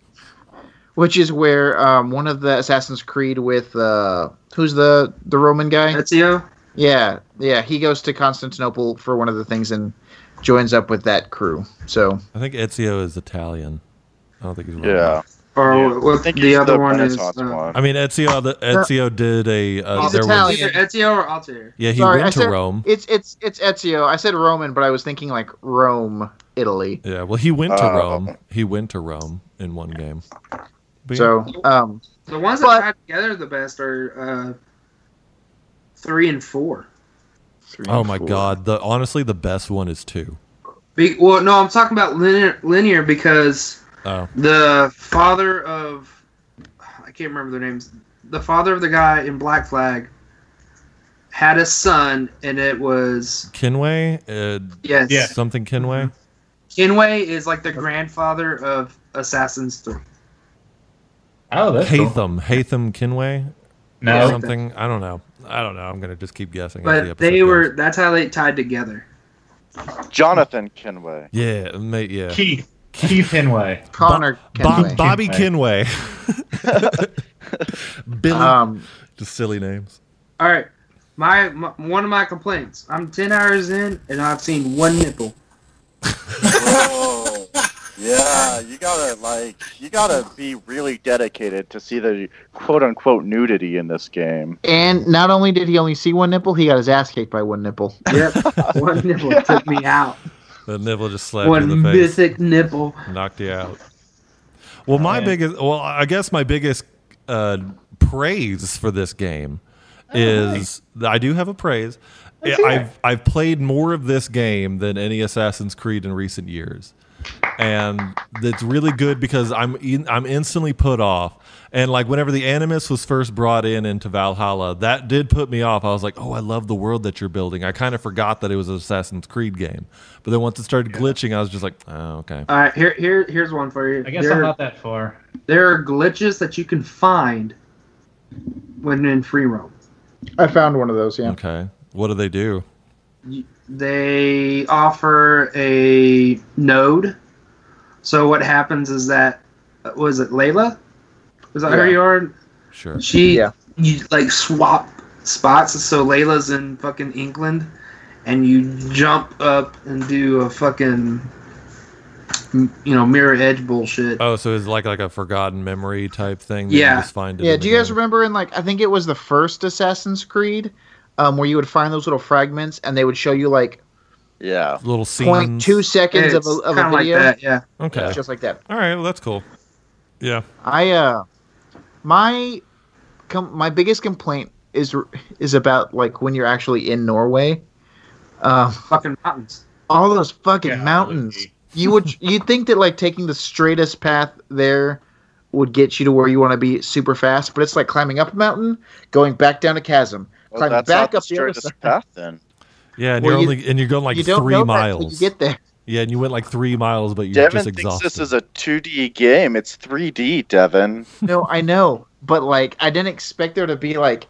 Speaker 6: which is where um, one of the Assassin's Creed with uh, who's the the Roman guy?
Speaker 3: Ezio?
Speaker 6: Yeah, yeah. He goes to Constantinople for one of the things and joins up with that crew. So
Speaker 5: I think Ezio is Italian. I don't think he's Roman.
Speaker 4: Yeah.
Speaker 3: Or
Speaker 4: Yeah.
Speaker 3: what
Speaker 4: I think
Speaker 3: the
Speaker 4: he's
Speaker 3: other one is.
Speaker 4: Renaissance
Speaker 3: uh,
Speaker 4: one.
Speaker 5: I mean Ezio the Ezio did a uh,
Speaker 6: He's
Speaker 5: there was
Speaker 6: Italian.
Speaker 3: Either Ezio or Altair.
Speaker 5: yeah he
Speaker 6: Sorry, I
Speaker 5: went to
Speaker 6: said-
Speaker 5: Rome.
Speaker 6: it's it's it's Ezio. I said Roman, but I was thinking like Rome, Italy.
Speaker 5: Yeah, well he went to
Speaker 4: Uh,
Speaker 5: Rome. He went to Rome in one game. But yeah.
Speaker 6: So um,
Speaker 3: The ones that
Speaker 6: But-
Speaker 3: tied together the best are uh, three and four.
Speaker 6: three
Speaker 5: Oh
Speaker 6: and
Speaker 5: my
Speaker 6: four.
Speaker 5: god, the honestly the best one is 2.
Speaker 3: Be- well, no, I'm talking about linear, linear because
Speaker 5: Oh.
Speaker 3: the father of I can't remember their names. The father of the guy in Black Flag had a son, and it was
Speaker 5: Kinway? Uh,
Speaker 3: yes.
Speaker 7: Yeah.
Speaker 5: Something Kinway?
Speaker 3: Mm-hmm. Kenway is like the grandfather of Assassin's Three.
Speaker 7: Oh, that's cool.
Speaker 5: Hatham. Hatham Kinway? Or
Speaker 7: No,
Speaker 5: something? I don't know. I don't know. I'm going to just keep guessing. as the
Speaker 3: But
Speaker 5: episode
Speaker 3: they
Speaker 5: goes.
Speaker 3: were that's how they tied together.
Speaker 4: Jonathan Kenway.
Speaker 5: Yeah, mate, yeah.
Speaker 7: Keith. Keith Henway.
Speaker 6: Connor
Speaker 5: Bob-
Speaker 6: Kenway.
Speaker 5: Bobby Kinway. Billy.
Speaker 6: Um,
Speaker 5: just silly names.
Speaker 3: All right, my, my one of my complaints. I'm ten hours in, and I've seen one nipple.
Speaker 4: Oh, yeah, you gotta like you gotta be really dedicated to see the quote unquote nudity in this game.
Speaker 6: and not only did he only see one nipple, he got his ass kicked by one nipple.
Speaker 3: Yep, one nipple took me out.
Speaker 5: The nipple just slapped you
Speaker 3: One
Speaker 5: in the face,
Speaker 3: mythic nipple.
Speaker 5: knocked you out. Well, my
Speaker 7: man.
Speaker 5: biggest, well, I guess my biggest uh, praise for this game Oh, is I do have a praise.
Speaker 7: Let's
Speaker 5: Yeah,
Speaker 7: hear
Speaker 5: I've I've played more of this game than any Assassin's Creed in recent years, and that's really good because I'm in, I'm instantly put off. And like whenever the Animus was first brought in into Valhalla, that did put me off. I was like, oh, I love the world that you're building. I kind of forgot that it was an Assassin's Creed game, but then once it started glitching, I was just like, oh, okay.
Speaker 3: All right, here, here, here's one for you.
Speaker 7: I guess
Speaker 3: there,
Speaker 7: I'm not that far.
Speaker 3: there are glitches that you can find when in free roam.
Speaker 6: I found one of those. Yeah.
Speaker 5: Okay, what do they do?
Speaker 3: They offer a node. So what happens is that uh, was it Layla? Was that her
Speaker 6: Yeah.
Speaker 3: yard?
Speaker 5: Sure.
Speaker 3: She
Speaker 6: Yeah.
Speaker 3: you like swap spots. So Layla's in fucking England, and you jump up and do a fucking m- you know mirror edge bullshit.
Speaker 6: Uh,
Speaker 5: Oh, so it's like like a forgotten memory type thing. that you
Speaker 3: Yeah.
Speaker 5: just find it
Speaker 6: Yeah.
Speaker 5: in
Speaker 6: Do
Speaker 5: the
Speaker 6: you guys
Speaker 5: game?
Speaker 6: remember in like I think it was the first Assassin's Creed, um, where you would find those little fragments and they would show you like
Speaker 4: Yeah.
Speaker 5: little scenes?
Speaker 6: 0.2 seconds of
Speaker 3: It's
Speaker 6: a, of a
Speaker 3: kinda like
Speaker 6: video,
Speaker 3: that, yeah.
Speaker 5: Okay.
Speaker 6: just like that.
Speaker 5: All right. Well, that's cool. Yeah.
Speaker 6: I uh, my com- my biggest complaint is is about like when you're actually in Norway. Um,
Speaker 3: Fucking mountains.
Speaker 6: all those fucking
Speaker 7: Yeah,
Speaker 6: mountains.
Speaker 7: Luigi.
Speaker 6: You would you'd think that like taking the straightest path there would get you to where you want to be super fast, but it's like climbing up a mountain, going back down a chasm,
Speaker 4: Well,
Speaker 6: climbing
Speaker 4: that's
Speaker 6: back
Speaker 4: not
Speaker 6: up
Speaker 4: the
Speaker 6: the other side.
Speaker 4: straightest path then.
Speaker 5: Yeah. And
Speaker 6: Well,
Speaker 5: you're
Speaker 6: you-
Speaker 5: only and you're going like
Speaker 6: you don't
Speaker 5: three
Speaker 6: know that till
Speaker 5: miles.
Speaker 6: you get there.
Speaker 5: yeah, and you went like three miles, but you're
Speaker 4: Devin
Speaker 5: just
Speaker 4: thinks
Speaker 5: exhausted.
Speaker 4: this is a 2D game. It's 3D, Devin.
Speaker 6: No, I know, but like I didn't expect there to be like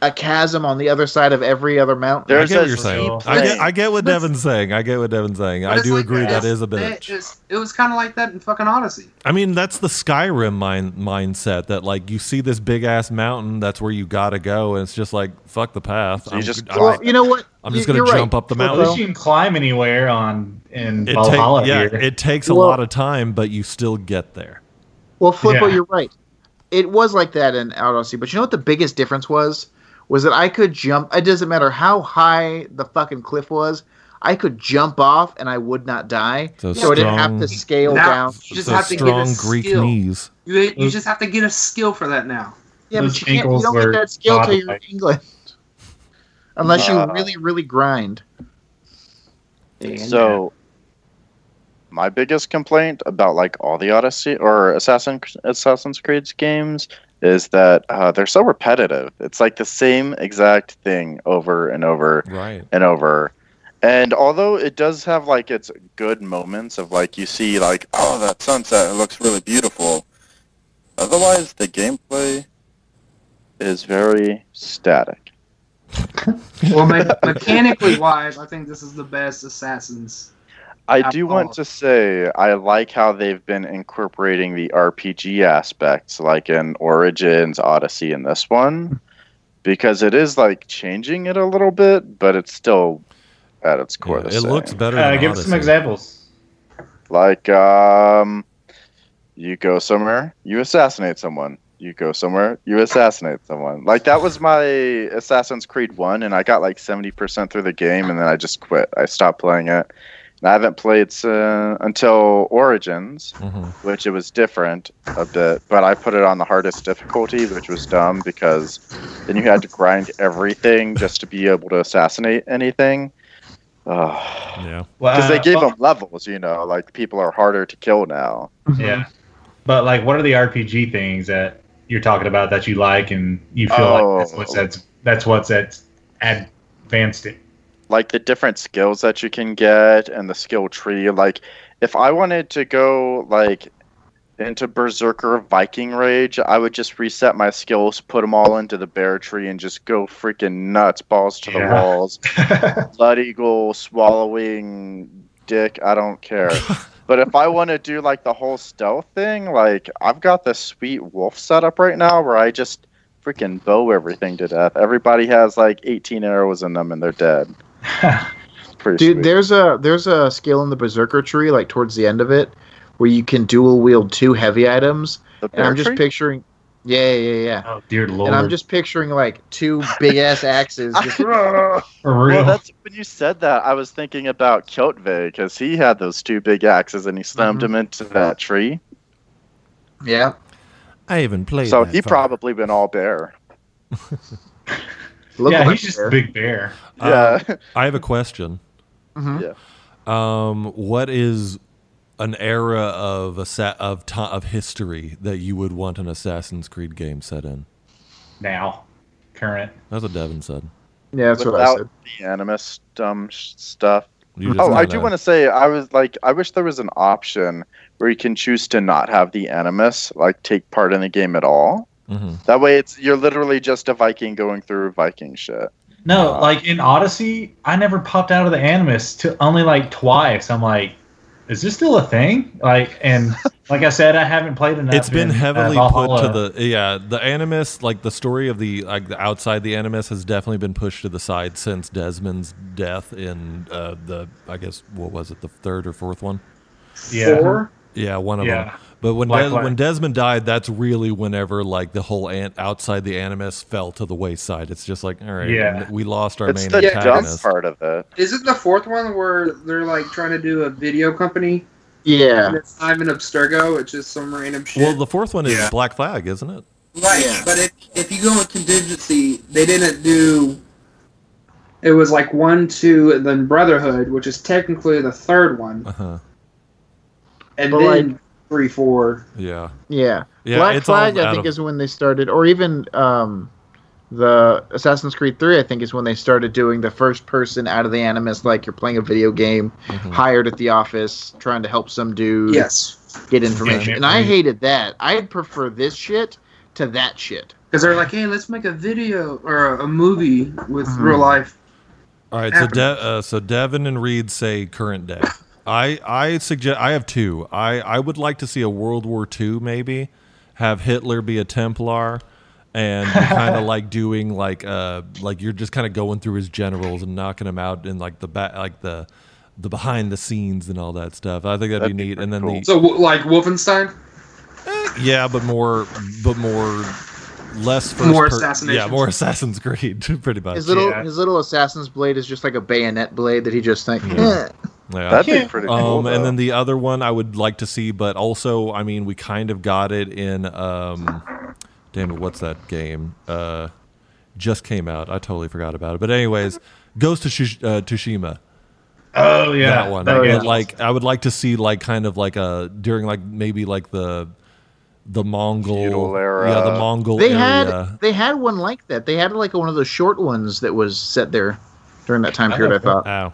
Speaker 6: a chasm on the other side of every other mountain.
Speaker 5: I
Speaker 4: There's
Speaker 5: get
Speaker 4: a
Speaker 5: what you're saying.
Speaker 7: little
Speaker 5: I get,
Speaker 4: thing.
Speaker 5: I get what
Speaker 3: Let's-
Speaker 5: Devin's saying. I get what Devin's saying.
Speaker 3: But
Speaker 5: I
Speaker 3: it's
Speaker 5: do
Speaker 3: like
Speaker 5: agree that
Speaker 3: it's-
Speaker 5: is a
Speaker 3: that
Speaker 5: bitch.
Speaker 3: is- it was kind of like that in fucking Odyssey.
Speaker 5: I mean, that's the Skyrim mind, mindset that like you see this big ass mountain, that's where you gotta go, and it's just like fuck the path.
Speaker 4: So you
Speaker 5: I'm,
Speaker 4: just
Speaker 5: I'm-
Speaker 6: well, you know what?
Speaker 5: I'm just
Speaker 6: You-
Speaker 5: gonna
Speaker 6: you're right.
Speaker 5: jump up the
Speaker 7: At
Speaker 5: mountain.
Speaker 7: least you can climb anywhere on in
Speaker 5: It take-
Speaker 7: Valhalla
Speaker 5: yeah,
Speaker 7: here.
Speaker 5: it takes a
Speaker 6: Well-
Speaker 5: lot of time, but you still get there.
Speaker 6: Well, Flippo,
Speaker 7: Yeah.
Speaker 6: you're right. It was like that in Odyssey, but you know what the biggest difference was? Was that I could jump. It doesn't matter how high the fucking cliff was. I could jump off and I would not die.
Speaker 5: So
Speaker 6: So, I didn't have
Speaker 5: strong-
Speaker 6: to scale
Speaker 3: Now-
Speaker 6: down.
Speaker 3: You just
Speaker 5: so
Speaker 3: have to get a
Speaker 5: strong Greek
Speaker 3: skill.
Speaker 5: knees.
Speaker 3: You
Speaker 6: Mm.
Speaker 3: you just have to get a skill for that now.
Speaker 6: Yeah,
Speaker 7: Those
Speaker 6: but you, can't, you
Speaker 7: ankles
Speaker 6: don't get
Speaker 7: were
Speaker 6: that skill till you're in
Speaker 7: modified.
Speaker 6: England. Unless
Speaker 4: Nah.
Speaker 6: you really, really grind.
Speaker 4: So my biggest complaint about like all the Odyssey or Assassin Assassin's Creed games is that uh, they're so repetitive. It's like the same exact thing over and over
Speaker 5: Right.
Speaker 4: and over. And although it does have like its good moments of like you see like
Speaker 9: Oh, that sunset it looks really beautiful. Otherwise, the gameplay.
Speaker 4: is very static.
Speaker 3: Well, me- mechanically wise, I think this is the best Assassins.
Speaker 4: I
Speaker 3: At
Speaker 4: do want
Speaker 3: all.
Speaker 4: to say I like how they've been incorporating the RPG aspects, like in Origins, Odyssey, and this one, because it is like changing it a little bit, but it's still at its core the
Speaker 5: it
Speaker 4: same.
Speaker 5: looks better.
Speaker 7: Uh,
Speaker 5: than
Speaker 7: give us some
Speaker 5: Odyssey.
Speaker 7: examples.
Speaker 4: like um, you go somewhere, you assassinate someone. You go somewhere, you assassinate someone. Like that was my Assassin's Creed one, and I got like seventy percent through the game, and then I just quit. I stopped playing it, and I haven't played uh, until Origins,
Speaker 5: Mhm.
Speaker 4: which it was different a bit. But I put it on the hardest difficulty, which was dumb because then you had to grind everything just to be able to assassinate anything. Ugh
Speaker 5: Yeah.
Speaker 4: because they
Speaker 7: Wow.
Speaker 4: gave them levels, you know, like people are harder to kill now.
Speaker 7: Yeah. But like, what are the RPG things that you're talking about that you like and you feel like that's
Speaker 4: Oh.
Speaker 7: what's that's, that's what's that's advanced it?
Speaker 4: Like the different skills that you can get and the skill tree. Like if I wanted to go like into Berserker Viking Rage, I would just reset my skills, put them all into the bear tree, and just go freaking nuts, balls to the
Speaker 7: Yeah.
Speaker 4: walls, blood eagle swallowing dick. I don't care. But if I want to do like the whole stealth thing, like I've got this sweet wolf setup right now where I just freaking bow everything to death. Everybody has like 18 arrows in them and they're dead. It's pretty
Speaker 6: Dude,
Speaker 4: sweet.
Speaker 6: there's a there's a skill in the Berserker tree, like towards the end of it, where you can dual wield two heavy items.
Speaker 4: The
Speaker 6: And I'm
Speaker 4: bear
Speaker 6: just
Speaker 4: tree?
Speaker 6: picturing, yeah, yeah, yeah.
Speaker 7: oh dear lord!
Speaker 6: And I'm just picturing like two big ass axes. Just,
Speaker 7: For real.
Speaker 4: well, that's when you said that. I was thinking about Kjotve because he had those two big axes and he slammed
Speaker 5: Mm-hmm.
Speaker 4: them into that tree.
Speaker 6: yeah.
Speaker 5: I even played.
Speaker 4: so
Speaker 5: that
Speaker 4: he
Speaker 5: far.
Speaker 4: probably been all bear.
Speaker 6: Look
Speaker 7: yeah,
Speaker 6: like
Speaker 7: he's just
Speaker 6: there.
Speaker 7: a big bear.
Speaker 5: Uh,
Speaker 4: yeah.
Speaker 5: I have a question.
Speaker 6: Mhm.
Speaker 4: Yeah.
Speaker 5: Um, what is an era of a of ti of history that you would want an Assassin's Creed game set in?
Speaker 7: Now, current.
Speaker 5: That's what Devin said.
Speaker 6: Yeah, that's what I
Speaker 4: Without
Speaker 6: said.
Speaker 4: the animus um, sh- stuff.
Speaker 5: You just
Speaker 4: Oh, I
Speaker 5: wanna-
Speaker 4: do want to say I was like I wish there was an option where you can choose to not have the animus like take part in the game at all.
Speaker 5: Mhm.
Speaker 4: That way, it's you're literally just a Viking going through Viking shit.
Speaker 7: No,
Speaker 4: Uh,
Speaker 7: like in Odyssey, I never popped out of the Animus to only like twice. I'm like, is this still a thing? Like, and like I said, I haven't played enough.
Speaker 5: It's been
Speaker 7: in, uh,
Speaker 5: heavily put
Speaker 7: Valhalla.
Speaker 5: to the yeah the animus like the story of the like the outside the animus has definitely been pushed to the side since Desmond's death in uh, the I guess what was it the third or fourth one
Speaker 7: yeah.
Speaker 6: Four?
Speaker 5: yeah one of
Speaker 7: Yeah.
Speaker 5: them but when
Speaker 7: Black
Speaker 5: Des-
Speaker 7: Flag.
Speaker 5: when Desmond died that's really whenever like the whole an- outside the animus fell to the wayside it's just like all right
Speaker 7: Yeah.
Speaker 5: we lost our
Speaker 4: it's
Speaker 5: main
Speaker 4: the dumb
Speaker 5: antagonist
Speaker 4: part of it.
Speaker 3: Isn't the fourth one where they're like trying to do a video company
Speaker 6: Yeah.
Speaker 3: and it's not even Abstergo, it's just some random shit.
Speaker 5: well the fourth one is Black Flag isn't it
Speaker 9: Right,
Speaker 6: Yeah.
Speaker 9: but if, if you go with contingency, they didn't do.
Speaker 3: it was like one, two, and then Brotherhood, which is technically the third one,
Speaker 5: uh huh
Speaker 3: and
Speaker 6: But,
Speaker 3: then three, four.
Speaker 5: yeah
Speaker 6: Yeah.
Speaker 5: yeah
Speaker 6: Black
Speaker 5: it's all
Speaker 6: Flag, I
Speaker 5: out
Speaker 6: think,
Speaker 5: of-
Speaker 6: is when they started, or even um, the Assassin's Creed Three, I think, is when they started doing the first person out of the animus, like you're playing a video game,
Speaker 5: Mhm.
Speaker 6: hired at the office, trying to help some
Speaker 5: Mm-hmm.
Speaker 6: dude
Speaker 3: Yes,
Speaker 6: get information.
Speaker 7: Yeah.
Speaker 6: and I hated that. I prefer this shit to that shit.
Speaker 3: because they're like, hey, let's make a video or a, a movie with
Speaker 6: Mhm.
Speaker 5: Mm-hmm.
Speaker 3: real life.
Speaker 5: All right, so
Speaker 3: happening.
Speaker 5: De- uh, so Devin and Reed say current day. I I suggest I have two. I I would like to see a World War II maybe have Hitler be a Templar and kind of like doing like uh like you're just kind of going through his generals and knocking them out and like the back like the the behind the scenes and all that stuff. I think that'd,
Speaker 4: That'd
Speaker 5: be
Speaker 4: be
Speaker 5: neat.
Speaker 4: pretty
Speaker 5: And then
Speaker 4: cool.
Speaker 5: the
Speaker 3: So, w- like Wolfenstein,
Speaker 5: yeah, but more, but more, less first
Speaker 3: More
Speaker 5: Yeah,
Speaker 3: assassinations.
Speaker 5: more Assassin's Creed, pretty much.
Speaker 6: His little
Speaker 7: Yeah.
Speaker 6: his little assassin's blade is just like a bayonet blade that he just think. "Eh."
Speaker 5: Yeah. Yeah.
Speaker 4: That'd be pretty cool.
Speaker 5: Um, and then
Speaker 4: though.
Speaker 5: the other one I would like to see, but also, I mean, we kind of got it in. Um, damn it, what's that game? Uh, just came out. I totally forgot about it. But anyways, Ghost to Shish- uh, Tsushima.
Speaker 7: Oh, yeah.
Speaker 5: that one.
Speaker 7: That
Speaker 5: I would
Speaker 7: game's
Speaker 5: like I would like to see like kind of like a during like maybe like the the Mongol
Speaker 4: era.
Speaker 5: Yeah, the Mongol
Speaker 6: They
Speaker 5: area.
Speaker 6: had they had one like that. They had like one of those short ones that was set there during that time period. I thought.
Speaker 5: Oh.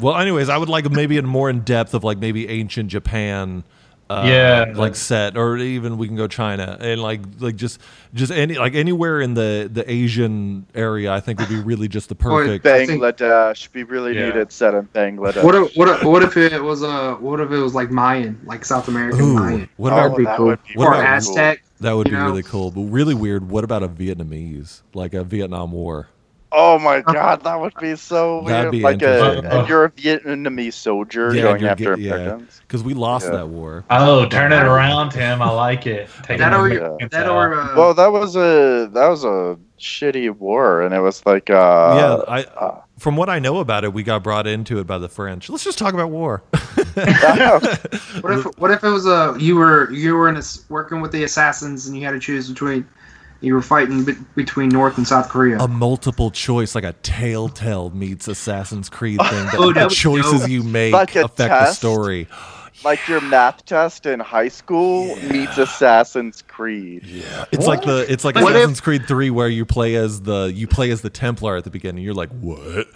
Speaker 5: Well, anyways, I would like maybe in more in depth of like maybe ancient Japan. Uh,
Speaker 7: Yeah.
Speaker 5: like set or even we can go China and like like just just any like anywhere in the the Asian area I think would be really just the
Speaker 3: Or
Speaker 5: perfect
Speaker 3: I think-
Speaker 4: Bangladesh. We really
Speaker 7: Yeah.
Speaker 4: needed set in Bangladesh.
Speaker 3: What if, what, if, what if it was uh, what if it was like Mayan, like South American
Speaker 5: Ooh,
Speaker 3: Mayan,
Speaker 5: what
Speaker 4: Oh,
Speaker 5: about
Speaker 6: be
Speaker 4: that
Speaker 6: cool.
Speaker 4: would be
Speaker 5: What
Speaker 3: or
Speaker 4: really
Speaker 5: about-
Speaker 3: Aztec?
Speaker 5: that would
Speaker 3: you
Speaker 5: be
Speaker 3: know?
Speaker 5: really cool but really weird what about a Vietnamese like a Vietnam War
Speaker 4: cool. Oh my god, that would be so weird.
Speaker 5: That'd be
Speaker 4: like a,
Speaker 5: interesting.
Speaker 4: if you're a Vietnamese soldier
Speaker 5: Yeah,
Speaker 4: going
Speaker 5: you're
Speaker 4: after
Speaker 5: get- yeah.
Speaker 4: Americans.
Speaker 5: because we lost
Speaker 4: Yeah.
Speaker 5: that war
Speaker 7: Oh, turn it around, Tim. I like it. Take
Speaker 3: That
Speaker 7: it
Speaker 3: or
Speaker 7: back.
Speaker 3: that or uh,
Speaker 4: Well, that was a that was a shitty war, and it was like uh,
Speaker 5: yeah I from what I know about it we got brought into it by the French let's just talk about war
Speaker 3: what if what if it was a you were you were in a s working with the assassins and you had to choose between you were fighting be, between North and South Korea?
Speaker 5: a multiple choice, like a Telltale meets Assassin's Creed thing. That
Speaker 3: Oh,
Speaker 5: the
Speaker 3: that was
Speaker 5: choices
Speaker 3: dope.
Speaker 5: you make
Speaker 4: Like a
Speaker 5: affect the
Speaker 4: test?
Speaker 5: story.
Speaker 4: like your math test in high school meets Assassin's Creed.
Speaker 5: It's like the it's like
Speaker 6: What if-
Speaker 5: Assassin's Creed Three, where you play as the you play as the Templar at the beginning. You're like what,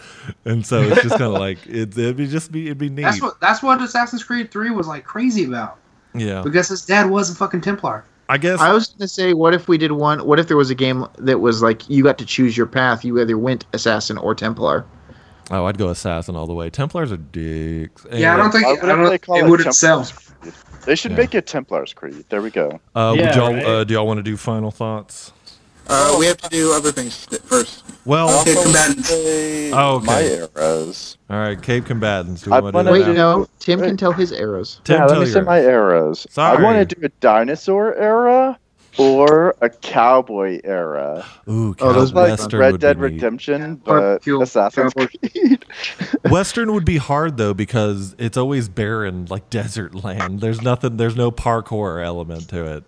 Speaker 5: and so it's just kind of like it, it'd be just be it'd be neat.
Speaker 3: that's what that's what Assassin's Creed Three was like crazy about
Speaker 5: yeah,
Speaker 3: because his dad was a fucking Templar.
Speaker 5: I guess
Speaker 6: I was gonna say, what if we did one? What if there was a game that was like you got to choose your path? You either went assassin or Templar.
Speaker 5: oh I'd go Assassin all the way. Templars are dicks.
Speaker 3: yeah, I
Speaker 5: Anyway,
Speaker 3: don't think I
Speaker 4: Why wouldn't
Speaker 3: don't,
Speaker 4: they call
Speaker 3: it
Speaker 4: it
Speaker 3: would
Speaker 4: Templar?
Speaker 3: sell.
Speaker 4: They should
Speaker 5: Yeah.
Speaker 4: make it Templar's Creed. There we go.
Speaker 5: Uh, would
Speaker 7: Yeah,
Speaker 5: y'all,
Speaker 7: right.
Speaker 5: uh, do y'all want to do final thoughts?
Speaker 9: Uh, we have to do other things th- first.
Speaker 5: Well,
Speaker 9: Okay,
Speaker 4: Also,
Speaker 9: combatants.
Speaker 4: say
Speaker 5: Oh, okay.
Speaker 4: My arrows.
Speaker 5: all right, Cave Combatants. Do
Speaker 4: I
Speaker 5: we want to
Speaker 4: wanna
Speaker 5: do
Speaker 6: Wait,
Speaker 5: that?
Speaker 6: no, Tim
Speaker 4: Wait.
Speaker 6: can tell his arrows.
Speaker 5: Tim,
Speaker 4: yeah, let
Speaker 5: tell
Speaker 4: me say
Speaker 5: yours.
Speaker 4: my arrows.
Speaker 5: Sorry.
Speaker 4: I want to do a dinosaur era or a cowboy era.
Speaker 5: Ooh,
Speaker 6: Oh, those
Speaker 5: Cal-
Speaker 4: like
Speaker 5: Western
Speaker 4: Red
Speaker 5: would
Speaker 4: Dead
Speaker 5: be neat.
Speaker 4: Redemption,
Speaker 3: Or
Speaker 4: but
Speaker 3: fuel
Speaker 4: Assassin's
Speaker 3: cowboy.
Speaker 4: Creed.
Speaker 5: Western would be hard though because it's always barren, like desert land. There's nothing. There's no parkour element to it.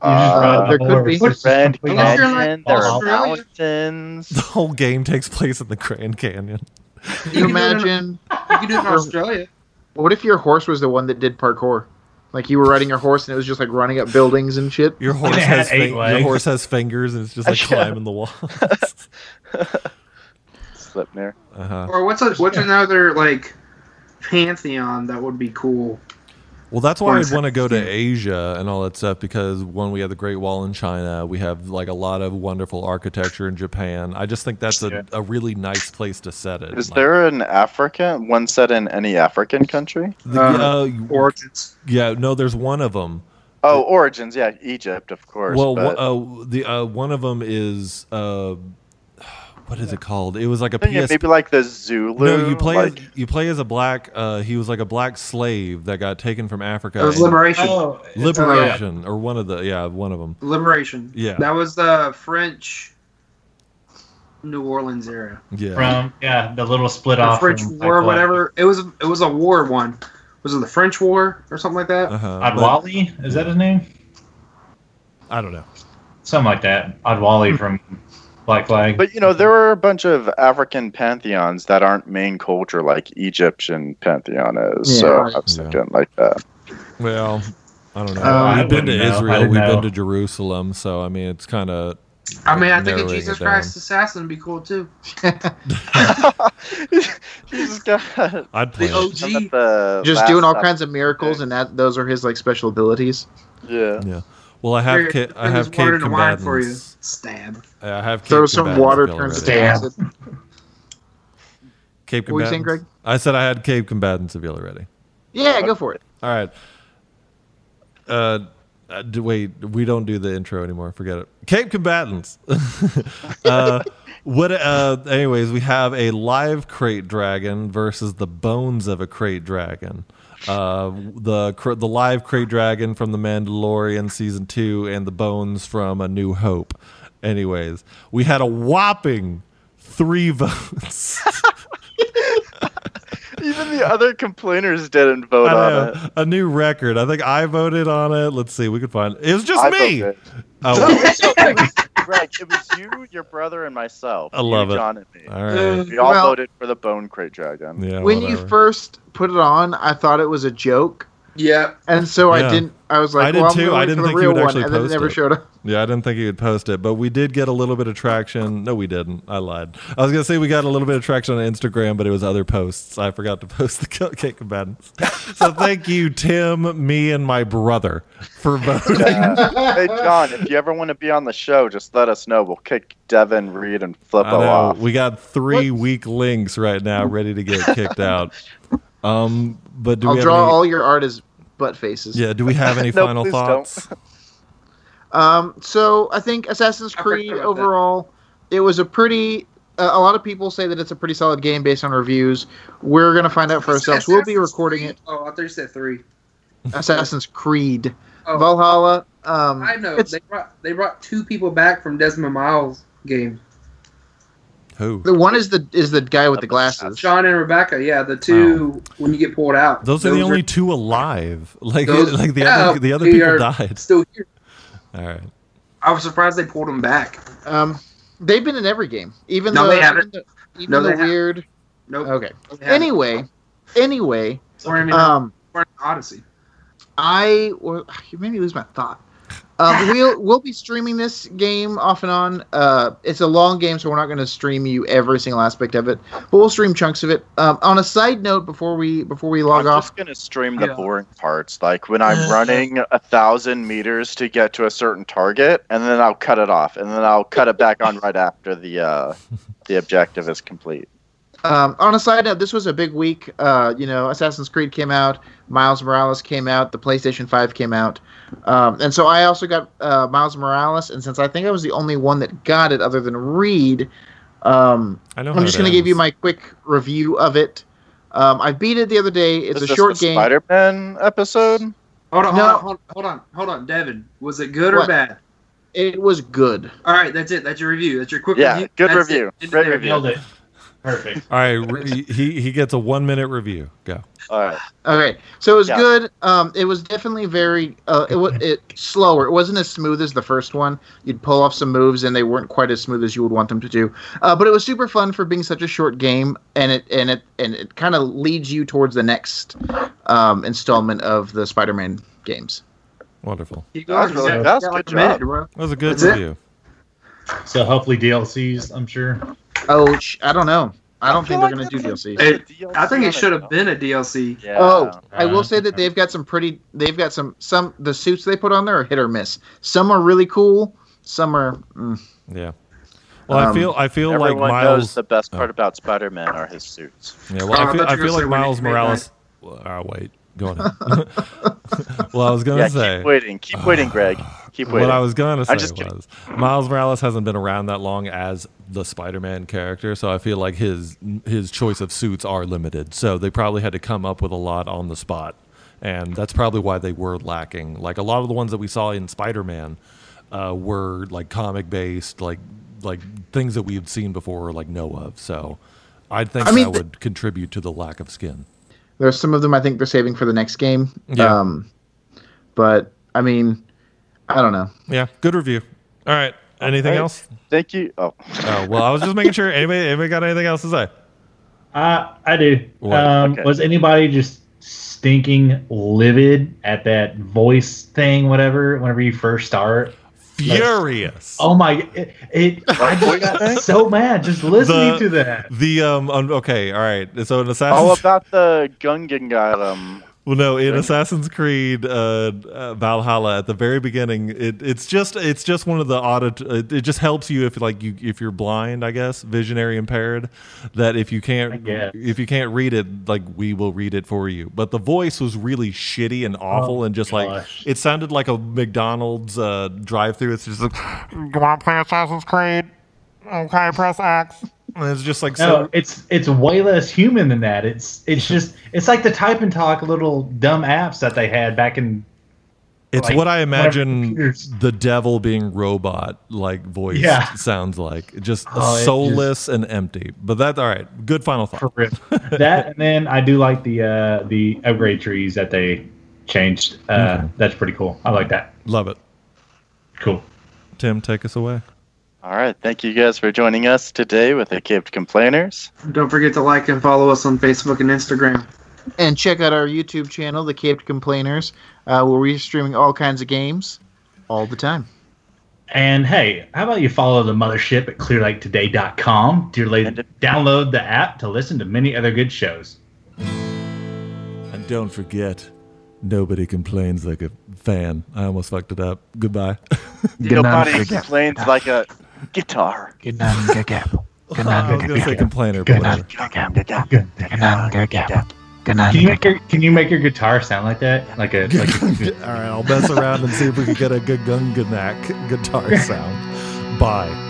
Speaker 4: Uh,
Speaker 6: there could be.
Speaker 4: Grand
Speaker 7: Western-
Speaker 3: Unless you're
Speaker 4: Canyon,
Speaker 3: like
Speaker 4: there are
Speaker 3: Australia.
Speaker 5: The
Speaker 4: mountains.
Speaker 5: whole game takes place in the Grand Canyon.
Speaker 6: Can you imagine?
Speaker 3: You can do it in Australia.
Speaker 6: What if your horse was the one that did parkour? Like you were riding your horse and it was just like running up buildings and shit.
Speaker 5: Your horse
Speaker 7: It had
Speaker 5: has
Speaker 7: eight
Speaker 5: fin- your
Speaker 7: legs.
Speaker 5: horse has fingers, and it's just like
Speaker 4: Yeah.
Speaker 5: climbing the wall.
Speaker 4: Slipner.
Speaker 5: Uh-huh.
Speaker 3: Or what's a, what's another like pantheon that would be cool?
Speaker 5: Well, that's why
Speaker 3: Or
Speaker 5: I'd
Speaker 3: is it
Speaker 5: want to go to
Speaker 3: Steve?
Speaker 5: Asia and all that stuff because one, we have the Great Wall in China. We have like a lot of wonderful architecture in Japan. I just think that's
Speaker 7: Yeah.
Speaker 5: a, a really nice place to set it.
Speaker 4: Is
Speaker 5: Like,
Speaker 4: there an African one set in any African country?
Speaker 5: the-
Speaker 3: Uh,
Speaker 5: uh,
Speaker 3: Origins.
Speaker 5: yeah, no, there's one of them.
Speaker 4: Oh, origins. Yeah, Egypt, of course.
Speaker 5: Well,
Speaker 4: but-
Speaker 5: wha- uh, the uh, one of them is uh, what is it called? It was like a
Speaker 4: I'm thinking
Speaker 5: PS.
Speaker 4: maybe like the Zulu.
Speaker 5: No, you play
Speaker 4: like,
Speaker 5: as you play as a black. Uh, he was like a black slave that got taken from Africa.
Speaker 3: It was
Speaker 5: and-
Speaker 3: liberation.
Speaker 7: Oh,
Speaker 5: liberation, or one of the yeah, one of them.
Speaker 3: Liberation.
Speaker 5: Yeah.
Speaker 3: That was the French New Orleans era.
Speaker 5: Yeah,
Speaker 7: from yeah, the little split
Speaker 3: The
Speaker 7: off.
Speaker 3: French
Speaker 7: from,
Speaker 3: War,
Speaker 7: like,
Speaker 3: whatever. It was it was a war one. Was it the French War or something like that?
Speaker 5: uh-huh. But-
Speaker 7: Adwali is that his name?
Speaker 5: I don't know.
Speaker 7: Something like that. Adwali from Black Flag.
Speaker 4: but you know, there were a bunch of African pantheons that aren't main culture like Egyptian pantheon is. so
Speaker 6: Yeah.
Speaker 4: I was
Speaker 5: Yeah.
Speaker 4: thinking like that.
Speaker 5: Well, I don't know.
Speaker 6: Uh,
Speaker 5: we've been to
Speaker 7: I wouldn't know. I
Speaker 5: Israel.
Speaker 7: don't
Speaker 5: We've
Speaker 7: know.
Speaker 5: been to Jerusalem. So I mean, it's kind of.
Speaker 3: I mean, I think a
Speaker 5: narrowing it
Speaker 3: Jesus
Speaker 5: down.
Speaker 3: Christ assassin would be cool too.
Speaker 4: Jesus God.
Speaker 5: I'd play.
Speaker 3: The
Speaker 5: it.
Speaker 3: OG.
Speaker 4: I'm at the
Speaker 6: Just
Speaker 4: last
Speaker 6: doing all
Speaker 4: stop-
Speaker 6: kinds of miracles, and that those are his like special abilities.
Speaker 4: Yeah.
Speaker 5: Yeah. Well, I have
Speaker 3: Here,
Speaker 5: ca- I
Speaker 3: bring
Speaker 5: have
Speaker 3: this water
Speaker 5: Cape
Speaker 3: and wine for you.
Speaker 5: combatants.
Speaker 3: Stab.
Speaker 5: I have Cape
Speaker 6: Throw some
Speaker 5: combatants
Speaker 6: water,
Speaker 5: built
Speaker 6: turns it
Speaker 5: already.
Speaker 6: to
Speaker 7: Damn.
Speaker 6: acid.
Speaker 5: Cape
Speaker 6: What were you
Speaker 5: combatants.
Speaker 6: saying,
Speaker 5: I said I had Cape combatants if y'all are ready.
Speaker 6: Yeah, go for it.
Speaker 5: All right. Uh, uh, d- wait, we don't do the intro anymore. Forget it. Cape combatants. uh, what? Uh, anyways, we have a live crate dragon versus the bones of a crate dragon. Uh, the cr- the live crate dragon from the Mandalorian season two, and the bones from A New Hope. Anyways, we had a whopping three votes.
Speaker 4: Even the other complainers didn't vote
Speaker 5: I
Speaker 4: on
Speaker 5: don't
Speaker 4: it.
Speaker 5: know, a new record. I think I voted on it. Let's see. We could find. It was just
Speaker 4: I
Speaker 5: me.
Speaker 4: voted.
Speaker 5: Oh,
Speaker 4: Greg, it was you, your brother, and myself.
Speaker 5: I love
Speaker 4: you,
Speaker 5: it.
Speaker 4: John and me.
Speaker 5: All right.
Speaker 4: We all
Speaker 6: Well-
Speaker 4: voted for the Bone Crate Dragon.
Speaker 5: Yeah.
Speaker 6: when
Speaker 5: whatever.
Speaker 6: you first put it on, I thought it was a joke,
Speaker 3: Yeah.
Speaker 6: and so
Speaker 5: Yeah.
Speaker 6: I didn't. I was like,
Speaker 5: I did
Speaker 6: well, I'm
Speaker 5: too.
Speaker 6: gonna
Speaker 5: I
Speaker 6: wait
Speaker 5: didn't
Speaker 6: for the
Speaker 5: think you
Speaker 6: real
Speaker 5: would
Speaker 6: one,
Speaker 5: actually
Speaker 6: and then it
Speaker 5: post
Speaker 6: never
Speaker 5: it.
Speaker 6: showed up.
Speaker 5: Yeah, I didn't think you would post it, but we did get a little bit of traction. No, we didn't. I lied. I was gonna say we got a little bit of traction on Instagram, but it was other posts. I forgot to post the cupcake combatants. so thank you, Tim, me, and my brother for voting.
Speaker 4: Yeah. Uh, hey, John, if you ever want to be on the show, just let us know. We'll kick Devin, Reed, and
Speaker 5: I
Speaker 4: Flippo
Speaker 5: know.
Speaker 4: off.
Speaker 5: We got three weak links right now, ready to get kicked out. Um, but do
Speaker 6: I'll
Speaker 5: we have
Speaker 6: draw
Speaker 5: any,
Speaker 6: all your art as butt faces.
Speaker 5: Yeah, do we have any
Speaker 4: No,
Speaker 5: final
Speaker 4: please don't.
Speaker 5: thoughts?
Speaker 6: Um, so I think Assassin's
Speaker 3: I forgot
Speaker 6: Creed
Speaker 3: about that.
Speaker 6: overall, it was a pretty. Uh, a lot of people say that it's a pretty solid game based on reviews. We're gonna find out for ourselves. We'll be
Speaker 3: Assassin's
Speaker 6: recording
Speaker 3: Creed-
Speaker 6: it.
Speaker 3: Oh, I thought you said three.
Speaker 6: Assassin's Creed,
Speaker 3: Oh,
Speaker 6: Valhalla. Um,
Speaker 3: I know.
Speaker 6: It's
Speaker 3: They brought they brought two people back from Desmond Miles game.
Speaker 5: Who?
Speaker 6: the one is the is the guy with the glasses.
Speaker 3: Sean and Rebecca, yeah, the two when you get pulled out.
Speaker 5: Those are the only two alive. Like
Speaker 3: Those-
Speaker 5: like the
Speaker 3: yeah,
Speaker 5: other the other
Speaker 3: we
Speaker 5: people
Speaker 3: are
Speaker 5: died.
Speaker 3: still here.
Speaker 5: All right.
Speaker 3: I was surprised they pulled them back.
Speaker 6: Um, they've been in every game, even
Speaker 3: No,
Speaker 6: though
Speaker 3: they haven't.
Speaker 6: Even the, even
Speaker 3: No,
Speaker 6: the
Speaker 3: they haven't.
Speaker 6: weird.
Speaker 3: Nope.
Speaker 6: Okay.
Speaker 3: they haven't.
Speaker 6: Anyway, anyway,
Speaker 3: Or even
Speaker 4: uh,
Speaker 6: um,
Speaker 3: or Odyssey.
Speaker 6: I or you made me lose my thought. Um, we'll we'll be streaming this game off and on. Uh, it's a long game, so we're not going to stream you every single aspect of it, but we'll stream chunks of it. Um, on a side note, before we before we log
Speaker 4: I'm
Speaker 6: off,
Speaker 4: just gonna stream the
Speaker 3: Yeah.
Speaker 4: boring parts, like when I'm running a thousand meters to get to a certain target, and then I'll cut it off, and then I'll cut it back on right after the uh, the objective is complete.
Speaker 6: Um, on a side note, this was a big week. Uh, you know, Assassin's Creed came out, Miles Morales came out, the PlayStation 5 came out. Um, and so I also got uh, Miles Morales, and since I think I was the only one that got it other than Reed, um,
Speaker 5: I know.
Speaker 6: I'm just going to give you my quick review of it. Um, I beat it the other day. It's
Speaker 4: Is
Speaker 6: a
Speaker 4: this
Speaker 6: short
Speaker 4: the
Speaker 6: game.
Speaker 4: Spider-Man episode.
Speaker 3: Hold on, hold
Speaker 6: No.
Speaker 3: on, hold on, hold on, hold on, Devin. Was it good or
Speaker 6: What?
Speaker 3: bad?
Speaker 6: It was good.
Speaker 3: All right, that's it. That's your review. That's your quick
Speaker 4: Yeah,
Speaker 3: review.
Speaker 4: good
Speaker 3: That's
Speaker 4: review.
Speaker 3: it.
Speaker 4: Great
Speaker 3: There.
Speaker 4: review.
Speaker 7: Nailed it. Perfect.
Speaker 5: All right. re- he he gets a one minute review. Go.
Speaker 4: All right.
Speaker 6: Okay, so it was
Speaker 4: Yeah.
Speaker 6: good. Um, it was definitely very uh, it wa- it slower. It wasn't as smooth as the first one. You'd pull off some moves, and they weren't quite as smooth as you would want them to do. Uh, but it was super fun for being such a short game, and it and it and it kind of leads you towards the next um, installment of the Spider-Man games.
Speaker 5: Wonderful.
Speaker 3: Keep
Speaker 4: That was
Speaker 3: going.
Speaker 4: really
Speaker 3: You
Speaker 4: fast.
Speaker 3: got
Speaker 4: Good
Speaker 3: like a
Speaker 4: job.
Speaker 3: minute, bro.
Speaker 5: That was a good
Speaker 3: That's it?
Speaker 5: review.
Speaker 7: So hopefully DLCs, I'm sure.
Speaker 6: Oh, sh- I don't know. I don't think
Speaker 4: I feel
Speaker 6: they're gonna
Speaker 4: like
Speaker 6: do
Speaker 4: that's
Speaker 6: DLC.
Speaker 3: Hey, I think it should have been a DLC.
Speaker 4: Yeah.
Speaker 6: Oh, I will
Speaker 7: Uh,
Speaker 6: say that they've got some pretty. They've got some some the suits they put on there are hit or miss. Some are really cool. Some are. Mm,
Speaker 5: Yeah. Well, I
Speaker 6: Um,
Speaker 5: feel I feel like
Speaker 4: Everyone
Speaker 5: Miles.
Speaker 4: knows the best
Speaker 5: Oh.
Speaker 4: part about Spider-Man are his suits.
Speaker 5: yeah. Well,
Speaker 3: Oh, I
Speaker 5: I feel,
Speaker 3: thought
Speaker 5: I
Speaker 3: you were
Speaker 5: feel like
Speaker 3: saying when
Speaker 5: Miles
Speaker 3: he made
Speaker 5: Morales. Well, I'll wait. Go on. well, I was gonna
Speaker 4: Yeah,
Speaker 5: say.
Speaker 4: keep waiting. Keep waiting, Greg. Keep waiting.
Speaker 5: What I was going to say
Speaker 4: I'm just kidding.
Speaker 5: was Miles Morales hasn't been around that long as the Spider-Man character, so I feel like his his choice of suits are limited. So they probably had to come up with a lot on the spot, and that's probably why they were lacking. Like a lot of the ones that we saw in Spider-Man uh, were like comic based, like like things that we've seen before or like know of. So I think
Speaker 6: I mean,
Speaker 5: that
Speaker 6: th-
Speaker 5: would contribute to the lack of skin.
Speaker 6: There's some of them I think they're saving for the next game.
Speaker 5: Yeah.
Speaker 6: Um, but I mean, I don't know.
Speaker 5: Yeah, good review. All right, anything
Speaker 4: Alright.
Speaker 5: else?
Speaker 4: Thank you. Oh,
Speaker 5: Oh, well, I was just making sure. Anybody, anybody got anything else to say?
Speaker 7: Uh, I do.
Speaker 5: What?
Speaker 7: Um,
Speaker 4: Okay.
Speaker 7: Was anybody just stinking livid at that voice thing, whatever, whenever you first start?
Speaker 5: Furious.
Speaker 7: Oh my! It, it I just got so mad just listening
Speaker 5: The-
Speaker 7: to that.
Speaker 5: The um un- okay, all right. So in
Speaker 4: all
Speaker 5: Assassin's
Speaker 4: about the Gungan um, Gundam.
Speaker 5: well, no, in Assassin's Creed uh, uh, Valhalla at the very beginning, it, it's just it's just one of the audit. It, it just helps you if like you if you're blind, I guess, visionary impaired, that if you can't
Speaker 7: guess.
Speaker 5: if you can't read it, like we will read it for you. But the voice was really shitty and awful,
Speaker 7: Oh,
Speaker 5: and just like
Speaker 7: gosh.
Speaker 5: it sounded like a McDonald's uh, drive-through. It's just like
Speaker 11: You want to play Assassin's Creed? Okay, press X.
Speaker 5: and it's just like so
Speaker 7: No, it's it's way less human than that. It's it's just it's like the type and talk little dumb apps that they had back in.
Speaker 5: It's
Speaker 7: like,
Speaker 5: what I
Speaker 7: whatever
Speaker 5: imagine
Speaker 7: computers.
Speaker 5: the devil being robot like voice
Speaker 7: Yeah.
Speaker 5: sounds like. Just
Speaker 7: Oh, it
Speaker 5: soulless and empty. But that's all right. Good final
Speaker 7: for
Speaker 5: thought.
Speaker 7: real. that and then I do like the uh, the upgrade trees that they changed. Uh, That's pretty cool. I like that.
Speaker 5: Love it.
Speaker 7: Cool.
Speaker 5: Tim, take us away.
Speaker 4: All right. Thank you guys for joining us today with the Caved Complainers.
Speaker 3: Don't forget to like and follow us on Facebook and Instagram.
Speaker 6: And check out our YouTube channel, The Caped Complainers, uh, where we're streaming all kinds of games all the time.
Speaker 7: And hey, how about you follow the mothership at clearlaketoday.com to la- download the app to listen to many other good shows.
Speaker 5: And don't forget, nobody complains like a fan. I almost fucked it up. Goodbye.
Speaker 4: Nobody explains like a guitar.
Speaker 6: Good night, gap.
Speaker 5: Good night, I was gonna say complainer, but
Speaker 7: Good
Speaker 5: whatever.
Speaker 7: Can you make your Can you make your guitar sound like that? Like a like a,
Speaker 5: All right, I'll mess around and see if we can get a good gung guitar sound. Bye.